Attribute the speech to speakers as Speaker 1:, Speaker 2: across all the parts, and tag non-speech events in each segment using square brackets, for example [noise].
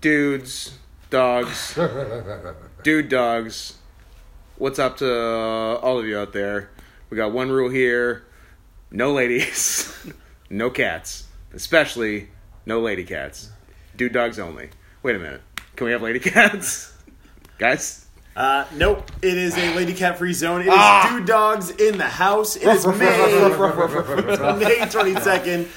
Speaker 1: dudes, dogs, dude dogs. What's up to uh, all of you out there? We got one rule here: no ladies, [laughs] no cats, especially no lady cats. Dude dogs only. Wait a minute. Can we have lady [laughs] cats, guys?
Speaker 2: Uh, nope, it is a lady cat free zone. It is
Speaker 1: Ah!
Speaker 2: dude dogs in the house. It
Speaker 1: [laughs]
Speaker 2: is May, May 22nd.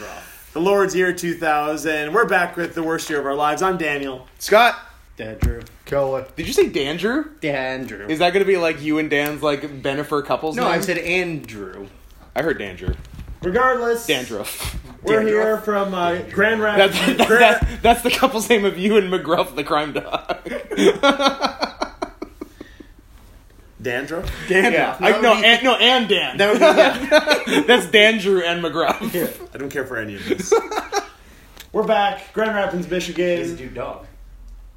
Speaker 2: The Lord's Year 2000. We're back with the worst year of our lives. I'm Daniel.
Speaker 1: Scott,
Speaker 3: Dandrew.
Speaker 4: Kelly.
Speaker 1: did you say Dandrew?
Speaker 3: Dandrew.
Speaker 1: Is that gonna be like you and Dan's like Benifer couples?
Speaker 3: no,
Speaker 1: name?
Speaker 3: I said Andrew.
Speaker 1: I heard Dandrew.
Speaker 2: Regardless,
Speaker 1: Dandruff.
Speaker 2: we're
Speaker 3: Dandruff.
Speaker 2: here from uh, Grand
Speaker 1: That's,
Speaker 2: Rapids.
Speaker 1: that, [laughs]
Speaker 2: [laughs]
Speaker 1: that's, that's the couple's name of you and McGruff, the crime dog.
Speaker 2: Dandruff?
Speaker 1: Yeah,
Speaker 3: Dandruff.
Speaker 1: I, no, and, no, and Dan.
Speaker 3: that would be, yeah.
Speaker 1: [laughs] that's Dandrew and McGruff.
Speaker 2: I don't care for any of this. [laughs] We're back, Grand Rapids,
Speaker 3: He's a
Speaker 2: Michigan,
Speaker 3: dude dog.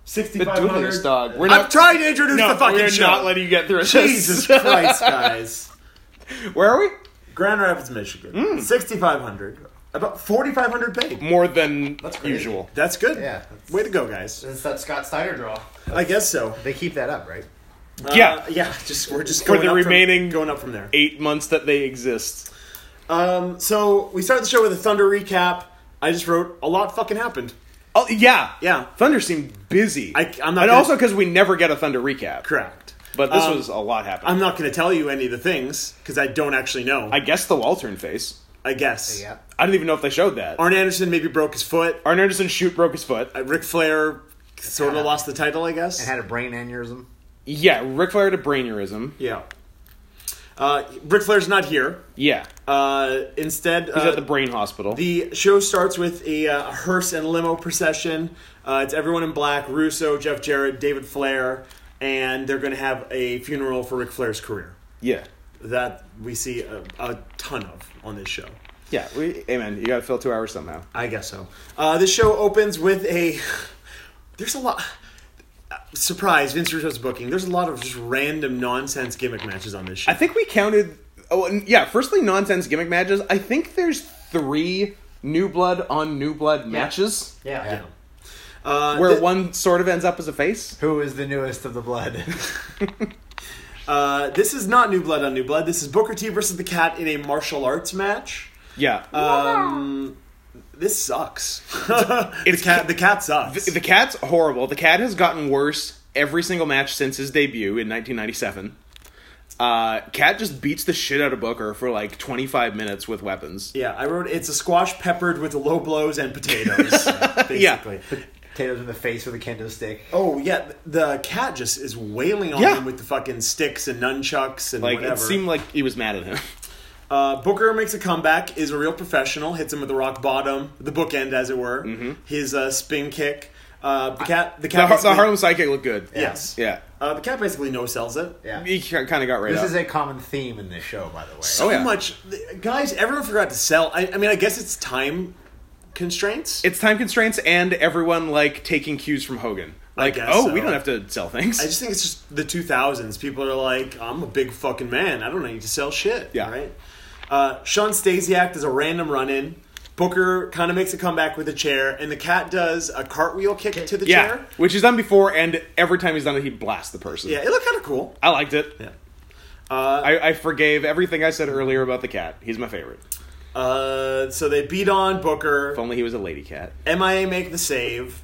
Speaker 1: The Doolish
Speaker 2: 6500.
Speaker 1: dog. We're
Speaker 2: I'm
Speaker 1: not,
Speaker 2: trying to introduce
Speaker 1: no,
Speaker 2: the fucking
Speaker 1: we're
Speaker 2: show.
Speaker 1: not letting you get through [laughs]
Speaker 2: [laughs] Jesus
Speaker 1: this.
Speaker 2: Christ, guys.
Speaker 1: Where are we?
Speaker 2: Grand Rapids, Michigan.
Speaker 1: Mm.
Speaker 2: 6,500. About 4,500 paid.
Speaker 1: More than
Speaker 4: crazy.
Speaker 1: usual.
Speaker 2: That's good.
Speaker 4: Yeah.
Speaker 2: Way to go, guys.
Speaker 4: It's that Scott Steiner draw.
Speaker 2: I guess so.
Speaker 4: They keep that up, right?
Speaker 2: Uh,
Speaker 1: Yeah.
Speaker 2: yeah. Just we're just
Speaker 1: For
Speaker 2: going
Speaker 1: the
Speaker 2: up from-
Speaker 1: remaining-
Speaker 2: going up from there.
Speaker 1: Eight months that they exist.
Speaker 2: Um, so we started the show with a Thunder recap. I just wrote a lot fucking happened.
Speaker 1: Oh yeah,
Speaker 2: Yeah.
Speaker 1: Thunder seemed busy.
Speaker 2: I- I'm not
Speaker 1: and
Speaker 2: gonna-
Speaker 1: also because we never get a Thunder recap.
Speaker 2: Correct.
Speaker 1: But this
Speaker 2: Um,
Speaker 1: was a lot happening.
Speaker 2: I'm not going to tell you any of the things because I don't actually know.
Speaker 1: I
Speaker 2: I,
Speaker 1: guess the wall turn face.
Speaker 2: guess.
Speaker 4: Yeah.
Speaker 1: I don't even know if they showed that.
Speaker 2: Arn Anderson maybe broke his foot.
Speaker 1: Arn Anderson shoot broke his foot.
Speaker 2: Uh, Ric Flair sort of lost the title, I guess.
Speaker 4: And had a brain aneurysm.
Speaker 1: Yeah, Ric Flair had a braineurysm.
Speaker 2: yeah. Uh, Ric Flair's not here.
Speaker 1: Yeah,
Speaker 2: Uh, instead,
Speaker 1: he's
Speaker 2: uh,
Speaker 1: at the brain hospital.
Speaker 2: The show starts with a uh, hearse and limo procession. Uh, it's everyone in black: Russo, Jeff Jarrett, David Flair, and they're going to have a funeral for Ric Flair's career.
Speaker 1: yeah,
Speaker 2: That we see a, a ton of on this show.
Speaker 1: yeah. We, hey man, you got to fill two hours somehow.
Speaker 2: I guess so. Uh, this show opens with a. There's a lot. Surprise, Vince Russo's booking. There's a lot of just random nonsense gimmick matches on this show.
Speaker 1: I think we counted. Oh, and yeah. Firstly, nonsense gimmick matches. I think there's three New Blood on New Blood matches
Speaker 4: Yeah.
Speaker 2: Yeah. Uh,
Speaker 1: where
Speaker 2: thi-
Speaker 1: one sort of ends up as a face.
Speaker 4: Who is the newest of the
Speaker 3: [laughs]
Speaker 4: blood?
Speaker 2: uh, this is not New Blood on New Blood. This is Booker T versus the Cat in a martial arts match.
Speaker 1: Yeah. uh,
Speaker 2: Um, this
Speaker 1: [laughs]
Speaker 2: sucks. the cat. The cat sucks.
Speaker 1: The cat's horrible. The cat has gotten worse every single match since his debut in 1997. Uh, Cat just beats the shit out of Booker for like 25 minutes with weapons.
Speaker 2: yeah, I wrote it's a squash peppered with low blows and
Speaker 1: [laughs]
Speaker 2: potatoes. basically.
Speaker 4: Potatoes in the face with a kendo stick.
Speaker 2: Oh yeah, th- the cat just is wailing on
Speaker 1: Yeah.
Speaker 2: him with the fucking sticks and nunchucks and
Speaker 1: Like
Speaker 2: whatever.
Speaker 1: it seemed like he was mad at him.
Speaker 2: uh, Booker makes a comeback, is a real professional, hits him with the rock bottom, the bookend as it were. His uh, spin kick. Uh, the cat.
Speaker 1: Mm-hmm. [laughs]
Speaker 2: The
Speaker 1: The,
Speaker 2: cat.
Speaker 1: Har- the
Speaker 2: basically-
Speaker 1: Harlem Psychic looked good.
Speaker 2: Yes.
Speaker 1: Yeah.
Speaker 2: Uh, the cat basically no sells it.
Speaker 4: Yeah.
Speaker 1: He kind of got right
Speaker 4: This
Speaker 1: up.
Speaker 4: is a common theme in this show, by the way.
Speaker 2: so
Speaker 1: Oh, yeah.
Speaker 2: much th- guys everyone forgot to sell I, I mean i guess it's time constraints
Speaker 1: it's time constraints and everyone like taking cues from Hogan. Like,
Speaker 2: guess
Speaker 1: oh, we
Speaker 2: so.
Speaker 1: don't have to sell things.
Speaker 2: i just think it's just the 2000s people are like i'm a big fucking man i don't need to sell shit
Speaker 1: Yeah.
Speaker 2: right uh, sean stasiak does a random run-in booker kind of makes a comeback with a chair and the cat does a cartwheel kick to the
Speaker 1: yeah,
Speaker 2: chair
Speaker 1: which he's done before, and every time he's done it, he blasts the person.
Speaker 2: yeah it looked kind of cool
Speaker 1: I liked it.
Speaker 2: yeah
Speaker 1: I, I forgave everything I said earlier about the cat. He's my favorite.
Speaker 2: uh, so they beat on booker
Speaker 1: If only he was a lady cat.
Speaker 2: MIA make the save.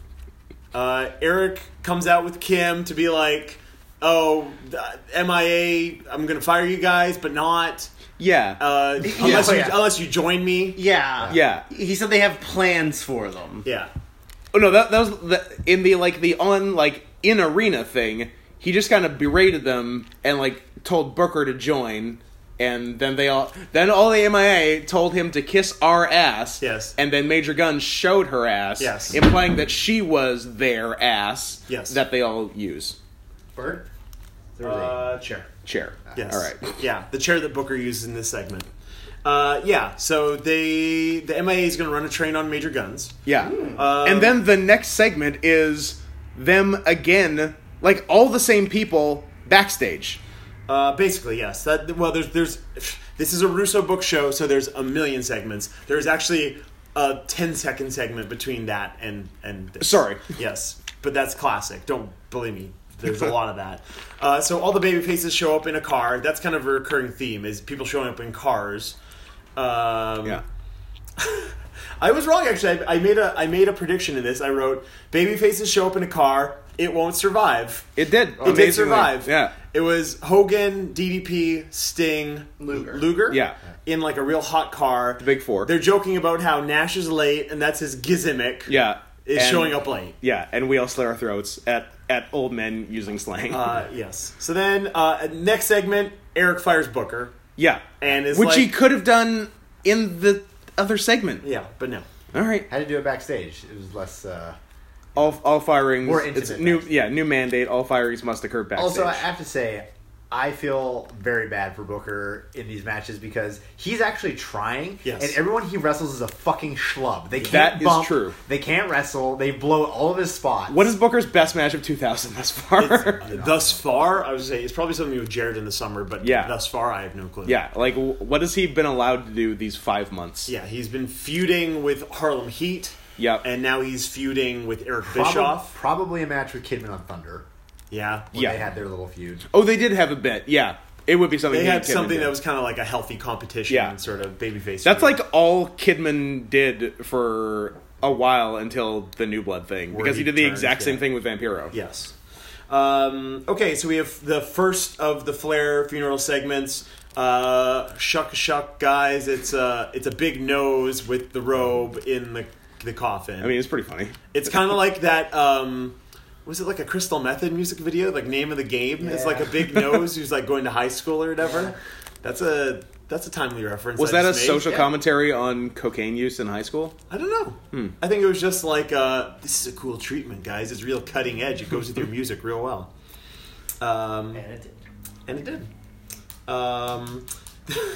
Speaker 2: Uh, Eric comes out with Kim to be like, "Oh, uh, MIA, I'm gonna fire you guys, but not
Speaker 1: Yeah.
Speaker 2: uh, unless
Speaker 3: oh,
Speaker 2: you
Speaker 3: yeah.
Speaker 2: unless you join me."
Speaker 3: Yeah.
Speaker 1: Yeah.
Speaker 3: He said they have plans for them.
Speaker 2: Yeah,
Speaker 1: oh no, that, that was the, in the like the on like in arena thing. He just kind of berated them and like told Booker to join, and then they all then all the MIA told him to kiss our ass.
Speaker 2: Yes.
Speaker 1: And then Major Gunn showed her ass.
Speaker 2: Yes.
Speaker 1: Implying that she was their ass.
Speaker 2: Yes.
Speaker 1: That they all use
Speaker 4: Bird? There was a-
Speaker 2: uh, chair.
Speaker 1: chair.
Speaker 2: Yes.
Speaker 1: All right.
Speaker 2: Yeah, the chair that Booker used in this segment. Uh, yeah. So they the MIA is gonna run a train on Major Guns.
Speaker 1: Yeah.
Speaker 2: Uh,
Speaker 1: and then the next segment is them again, like all the same people backstage.
Speaker 2: Uh, basically, yes. That well, there's there's this is a Russo book show, so there's a million segments. There's actually a 10 second segment between that and and this.
Speaker 1: Sorry.
Speaker 2: Yes. but that's classic. Don't believe me.
Speaker 1: [laughs]
Speaker 2: There's a lot of that. Uh, so all the baby faces show up in a car. That's kind of a recurring theme is people showing up in cars. Um,
Speaker 1: Yeah.
Speaker 2: I was wrong actually. I, I made a I made a prediction in this. I wrote baby faces show up in a car. It won't survive.
Speaker 1: It did.
Speaker 2: It
Speaker 1: amazingly.
Speaker 2: did survive.
Speaker 1: Yeah.
Speaker 2: It was Hogan, DDP, Sting,
Speaker 3: Luger.
Speaker 1: Yeah.
Speaker 2: In like a real hot car. The
Speaker 1: big four.
Speaker 2: They're joking about how Nash is late and that's his gizmic.
Speaker 1: Yeah.
Speaker 2: Is
Speaker 1: And-
Speaker 2: showing up late.
Speaker 1: Yeah, and we all slit our throats at, at old men using slang.
Speaker 2: Uh, yes. So then, uh, next segment, Eric fires Booker.
Speaker 1: [laughs] yeah.
Speaker 2: and it's
Speaker 1: Which he
Speaker 2: like-
Speaker 1: could have done in the other segment.
Speaker 2: Yeah, but
Speaker 1: [laughs]
Speaker 2: no.
Speaker 1: All right.
Speaker 4: Had to do it backstage. It was less. Uh,
Speaker 1: All, all firings.
Speaker 4: More
Speaker 1: it's
Speaker 4: intimate
Speaker 1: new.
Speaker 4: backstage.
Speaker 1: Yeah, new mandate. All firings must occur backstage.
Speaker 4: also, I have to say, I feel very bad for Booker in these matches because he's actually trying,
Speaker 2: Yes.
Speaker 4: and everyone he wrestles is a fucking schlub. They can't
Speaker 1: That is
Speaker 4: bump,
Speaker 1: true.
Speaker 4: They can't wrestle. They blow all of his spots.
Speaker 1: what is Booker's best match of 2000 thus [laughs] far?
Speaker 2: Thus far, I would say it's probably something with Jared in the summer, but
Speaker 1: Yeah.
Speaker 2: thus far, I have no clue.
Speaker 1: yeah, like wh- what has he been allowed to do these five months?
Speaker 2: Yeah, he's been feuding with Harlem Heat.
Speaker 1: Yep.
Speaker 2: And now he's feuding with Eric
Speaker 4: Probab-
Speaker 2: Bischoff.
Speaker 4: Probably a match with Kidman on Thunder.
Speaker 2: Yeah.
Speaker 4: When
Speaker 1: Yeah.
Speaker 4: they had their little feud.
Speaker 1: Oh, they did have a bit. Yeah, it would be something.
Speaker 2: They
Speaker 1: he
Speaker 2: had
Speaker 1: and Kidman
Speaker 2: something
Speaker 1: did.
Speaker 2: that was kind of like a healthy competition
Speaker 1: Yeah.
Speaker 2: sort of babyface.
Speaker 1: That's
Speaker 2: feud.
Speaker 1: like all Kidman did for a while until the New Blood thing, because he,
Speaker 4: he
Speaker 1: did the
Speaker 4: turned,
Speaker 1: exact same
Speaker 4: yeah.
Speaker 1: thing with Vampiro.
Speaker 2: Yes. Um, okay, so we have the first of the Flair funeral segments. Uh, shuck shuck guys, it's a it's a big nose with the robe in the the coffin.
Speaker 1: I mean, it's pretty funny.
Speaker 2: it's kind of like that. Um, was it like a Crystal Method music video? Like name of the game It's like a
Speaker 4: Yeah.
Speaker 1: [laughs]
Speaker 2: big nose who's like going to high school or whatever. That's a that's a timely reference.
Speaker 1: Was
Speaker 2: I
Speaker 1: that a
Speaker 2: just made.
Speaker 1: social commentary on cocaine use in high school?
Speaker 2: I don't know.
Speaker 1: Hmm.
Speaker 2: I think it was just like uh, this is a cool treatment, guys. It's real cutting edge. It
Speaker 1: [laughs]
Speaker 2: goes with your music real well. Um,
Speaker 3: And it did.
Speaker 2: and it did. Um, [laughs]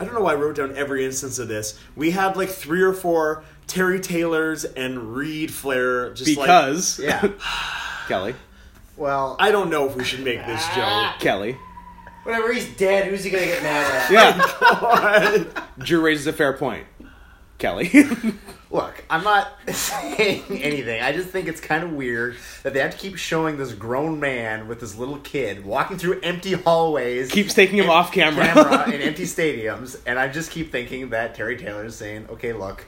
Speaker 2: I don't know why I wrote down every instance of this. We had like three or four Terry Taylors and Reed Flair. Just like,
Speaker 1: Because [laughs]
Speaker 4: Yeah.
Speaker 1: Kelly,
Speaker 4: Well,
Speaker 2: I don't know if we should make this joke.
Speaker 4: [laughs]
Speaker 1: Kelly,
Speaker 3: Whenever he's dead, who's he gonna get mad at?
Speaker 4: Oh,
Speaker 1: yeah. Drew raises a fair point. Kelly, [laughs]
Speaker 4: Look, I'm not [laughs] saying anything. I just think it's kind of weird that they have to keep showing this grown man with this little kid walking through empty hallways,
Speaker 1: keeps taking him off camera.
Speaker 4: camera
Speaker 1: [laughs]
Speaker 4: in empty stadiums, and I just keep thinking that Terry Taylor is saying, "Okay, look,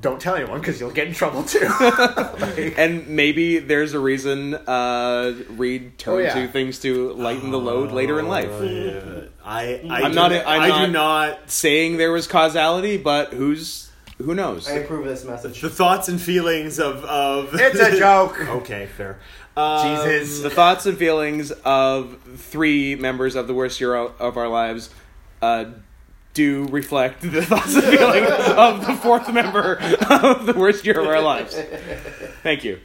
Speaker 4: don't tell anyone because you'll get in trouble [laughs] too." Like,
Speaker 1: and maybe there's a reason uh, Reed turned
Speaker 4: Oh, yeah.
Speaker 1: to things to lighten the load later
Speaker 4: Oh,
Speaker 1: in life.
Speaker 2: I, I
Speaker 1: I'm
Speaker 2: do,
Speaker 1: not-
Speaker 2: not.
Speaker 1: I'm
Speaker 2: I
Speaker 1: not-
Speaker 2: do not.
Speaker 1: Saying there was causality, but who's who knows?
Speaker 3: I approve of this message.
Speaker 2: The thoughts and feelings of of [laughs]
Speaker 4: it's a [laughs] joke.
Speaker 2: okay, fair. Um,
Speaker 4: Jesus.
Speaker 1: the thoughts and feelings of three members of the worst year o- of our lives uh, do reflect the [laughs] thoughts and feelings of the fourth member of the worst year of our lives. Thank you.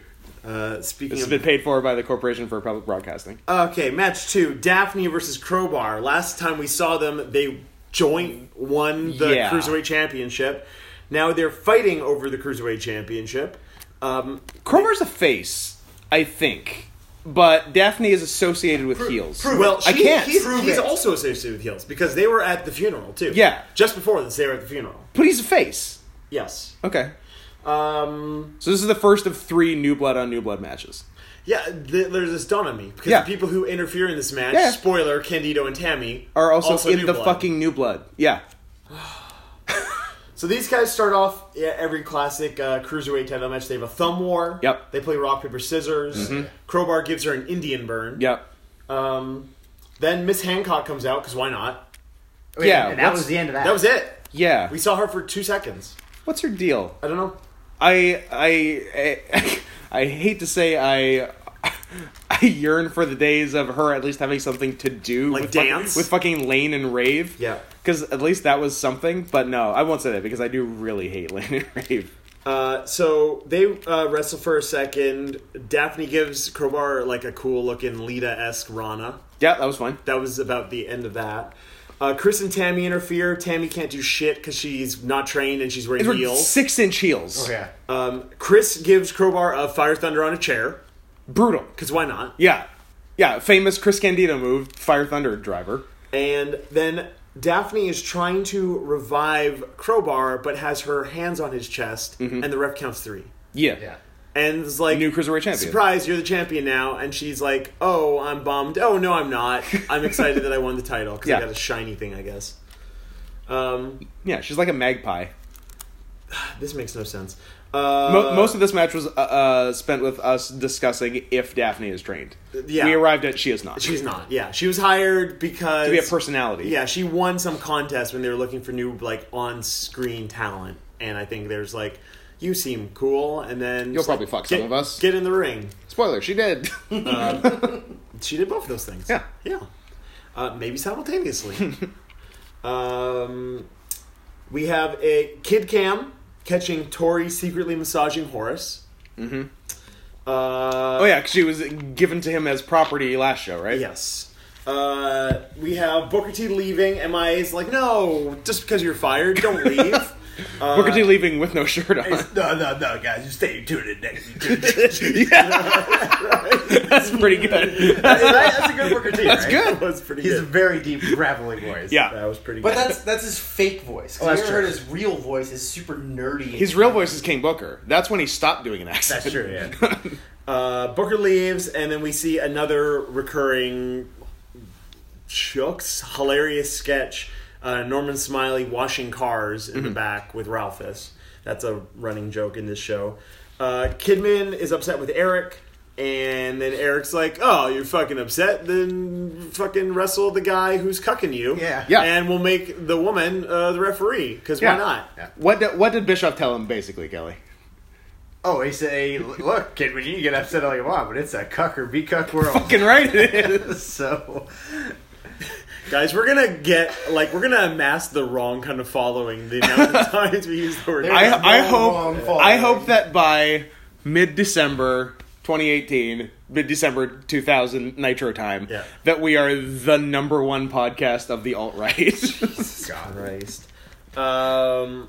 Speaker 2: Uh, speaking
Speaker 1: This has
Speaker 2: of
Speaker 1: been paid for by the Corporation for Public Broadcasting.
Speaker 2: Okay, match two: Daphne versus Crowbar. Last time we saw them, they joint won the
Speaker 1: Yeah.
Speaker 2: cruiserweight championship. Now they're fighting over the cruiserweight championship. Um,
Speaker 1: Cromer's a face, I think, but Daphne is associated with heels.
Speaker 2: well,
Speaker 1: I
Speaker 2: she-
Speaker 1: can't.
Speaker 2: He's,
Speaker 4: Prove
Speaker 2: he's
Speaker 4: it.
Speaker 2: also associated with heels because they were at the funeral too.
Speaker 1: Yeah.
Speaker 2: just before this, they were at the funeral.
Speaker 1: But he's a face.
Speaker 2: Yes.
Speaker 1: Okay.
Speaker 2: Um,
Speaker 1: So this is the first of three New Blood on New Blood matches.
Speaker 2: yeah, th- there's this dawn on me because
Speaker 1: Yeah.
Speaker 2: the people who interfere in this match,
Speaker 1: Yeah.
Speaker 2: spoiler, Candido and Tammy,
Speaker 1: Are also, in
Speaker 2: New
Speaker 1: the
Speaker 2: Blood.
Speaker 1: fucking New Blood. Yeah.
Speaker 2: So these guys start off yeah, every classic uh, cruiserweight title match. They have a thumb war.
Speaker 1: Yep. Mm-hmm.
Speaker 2: They play rock paper scissors. Crowbar gives her an Indian burn.
Speaker 1: Yep.
Speaker 2: Um, then Miss Hancock comes out because why not?
Speaker 4: Wait,
Speaker 1: Yeah,
Speaker 4: and that
Speaker 1: what's-
Speaker 4: was the end of that.
Speaker 2: That was it.
Speaker 1: Yeah.
Speaker 2: We saw her for two seconds.
Speaker 1: What's her deal?
Speaker 2: I don't know.
Speaker 1: I I I, [laughs] I hate to say I [laughs] I yearn for the days of her at least having something to do
Speaker 2: Like
Speaker 1: with fuck-
Speaker 2: dance?
Speaker 1: with fucking Lane and Rave.
Speaker 2: Yeah.
Speaker 1: Because at least that was something, but no, I won't say that because I do really hate [laughs] Lane and Rave.
Speaker 2: Uh, so they uh, wrestle for a second. Daphne gives Crowbar like a cool looking Lita esque Rana.
Speaker 1: Yeah, that was fun.
Speaker 2: That was about the end of that. Uh, Chris and Tammy interfere. Tammy can't do shit because she's not trained and she's wearing
Speaker 1: These were
Speaker 2: heels.
Speaker 1: six inch heels.
Speaker 4: Oh, yeah.
Speaker 2: Um, Chris gives Crowbar a fire thunder on a chair
Speaker 1: Brutal.
Speaker 2: because why not?
Speaker 1: Yeah. Yeah, famous Chris Candido move, Fire Thunder driver.
Speaker 2: And then Daphne is trying to revive Crowbar, but has her hands on his chest, and the ref counts three.
Speaker 1: Yeah.
Speaker 4: yeah.
Speaker 2: and it's like
Speaker 1: Mm-hmm. New cruiserweight champion.
Speaker 2: Surprise, you're the champion now. And she's like, "Oh, I'm bummed. Oh no, I'm not. I'm excited that I won the title because I
Speaker 1: Yeah.
Speaker 2: got a shiny thing, I guess." Um,
Speaker 1: Yeah, she's like a magpie.
Speaker 2: this makes no sense. Uh,
Speaker 1: Mo- most of this match was uh, uh, spent with us discussing if Daphne is trained.
Speaker 2: Yeah.
Speaker 1: We arrived at she is not.
Speaker 2: she's not. Yeah, she was hired because
Speaker 1: to be a personality.
Speaker 2: Yeah, she won some contest when they were looking for new like on-screen talent, and I think there's like, you seem cool, and then
Speaker 1: You'll
Speaker 2: it's like,
Speaker 1: probably fuck
Speaker 2: get,
Speaker 1: some of us.
Speaker 2: Get in the ring.
Speaker 1: Spoiler, she did.
Speaker 2: She did both of those things.
Speaker 1: Yeah.
Speaker 2: yeah, uh,
Speaker 1: [laughs]
Speaker 2: maybe simultaneously. um, we have a Kid Cam catching Tori secretly massaging Horace. Mm-hmm. Uh,
Speaker 1: [laughs] oh yeah, 'cause she was given to him as property last show, right?
Speaker 2: Yes. Uh, we have Booker T leaving. MIA's like, no, just because you're fired, don't leave.
Speaker 1: Booker
Speaker 2: Uh,
Speaker 1: T leaving with no shirt on. [laughs]
Speaker 4: No, no, no, guys, you stay tuned in next. [laughs]
Speaker 1: [laughs] That's pretty good.
Speaker 2: [laughs]
Speaker 4: That's a good Booker T. That's
Speaker 1: good.
Speaker 2: that was pretty
Speaker 4: He's a
Speaker 2: good.
Speaker 4: very deep, gravelly voice.
Speaker 2: That
Speaker 1: Yeah.
Speaker 2: was pretty
Speaker 3: But
Speaker 2: good.
Speaker 3: that's that's his fake voice. 'Cause
Speaker 4: Oh, that's
Speaker 3: you ever
Speaker 4: true.
Speaker 3: heard his real voice is super nerdy.
Speaker 1: His real voice is King Booker. That's when he stopped doing an accent.
Speaker 4: that's true. Yeah. [laughs]
Speaker 2: uh, Booker leaves, and then we see another recurring Chuck's hilarious sketch. Uh, Norman Smiley washing cars in
Speaker 1: Mm-hmm.
Speaker 2: the back with Ralphus. That's a running joke in this show. Uh, Kidman is upset with Eric, and then Eric's like, "Oh, you're fucking upset? Then fucking wrestle the guy who's cucking you.
Speaker 4: Yeah.
Speaker 1: Yeah.
Speaker 2: And we'll make the woman uh, the referee because
Speaker 1: Yeah.
Speaker 2: why not?
Speaker 4: Yeah.
Speaker 1: What did, what did Bischoff tell him basically, Kelly?
Speaker 4: Oh, he said, hey, "Look, kid, when you get upset all you want, but it's a cuck or be cuck world."
Speaker 1: Fucking right it is.
Speaker 4: [laughs] so
Speaker 2: Guys, we're gonna get like we're gonna amass the wrong kind of following the
Speaker 1: [laughs]
Speaker 2: amount of times we use the word.
Speaker 3: There's
Speaker 1: I, I
Speaker 3: no wrong
Speaker 1: hope
Speaker 3: following.
Speaker 1: I hope that by mid December 2018, mid December 2000 Nitro time,
Speaker 2: Yeah.
Speaker 1: that we are the number one podcast of the alt
Speaker 2: [laughs]
Speaker 1: right.
Speaker 4: God.
Speaker 2: Christ. Um.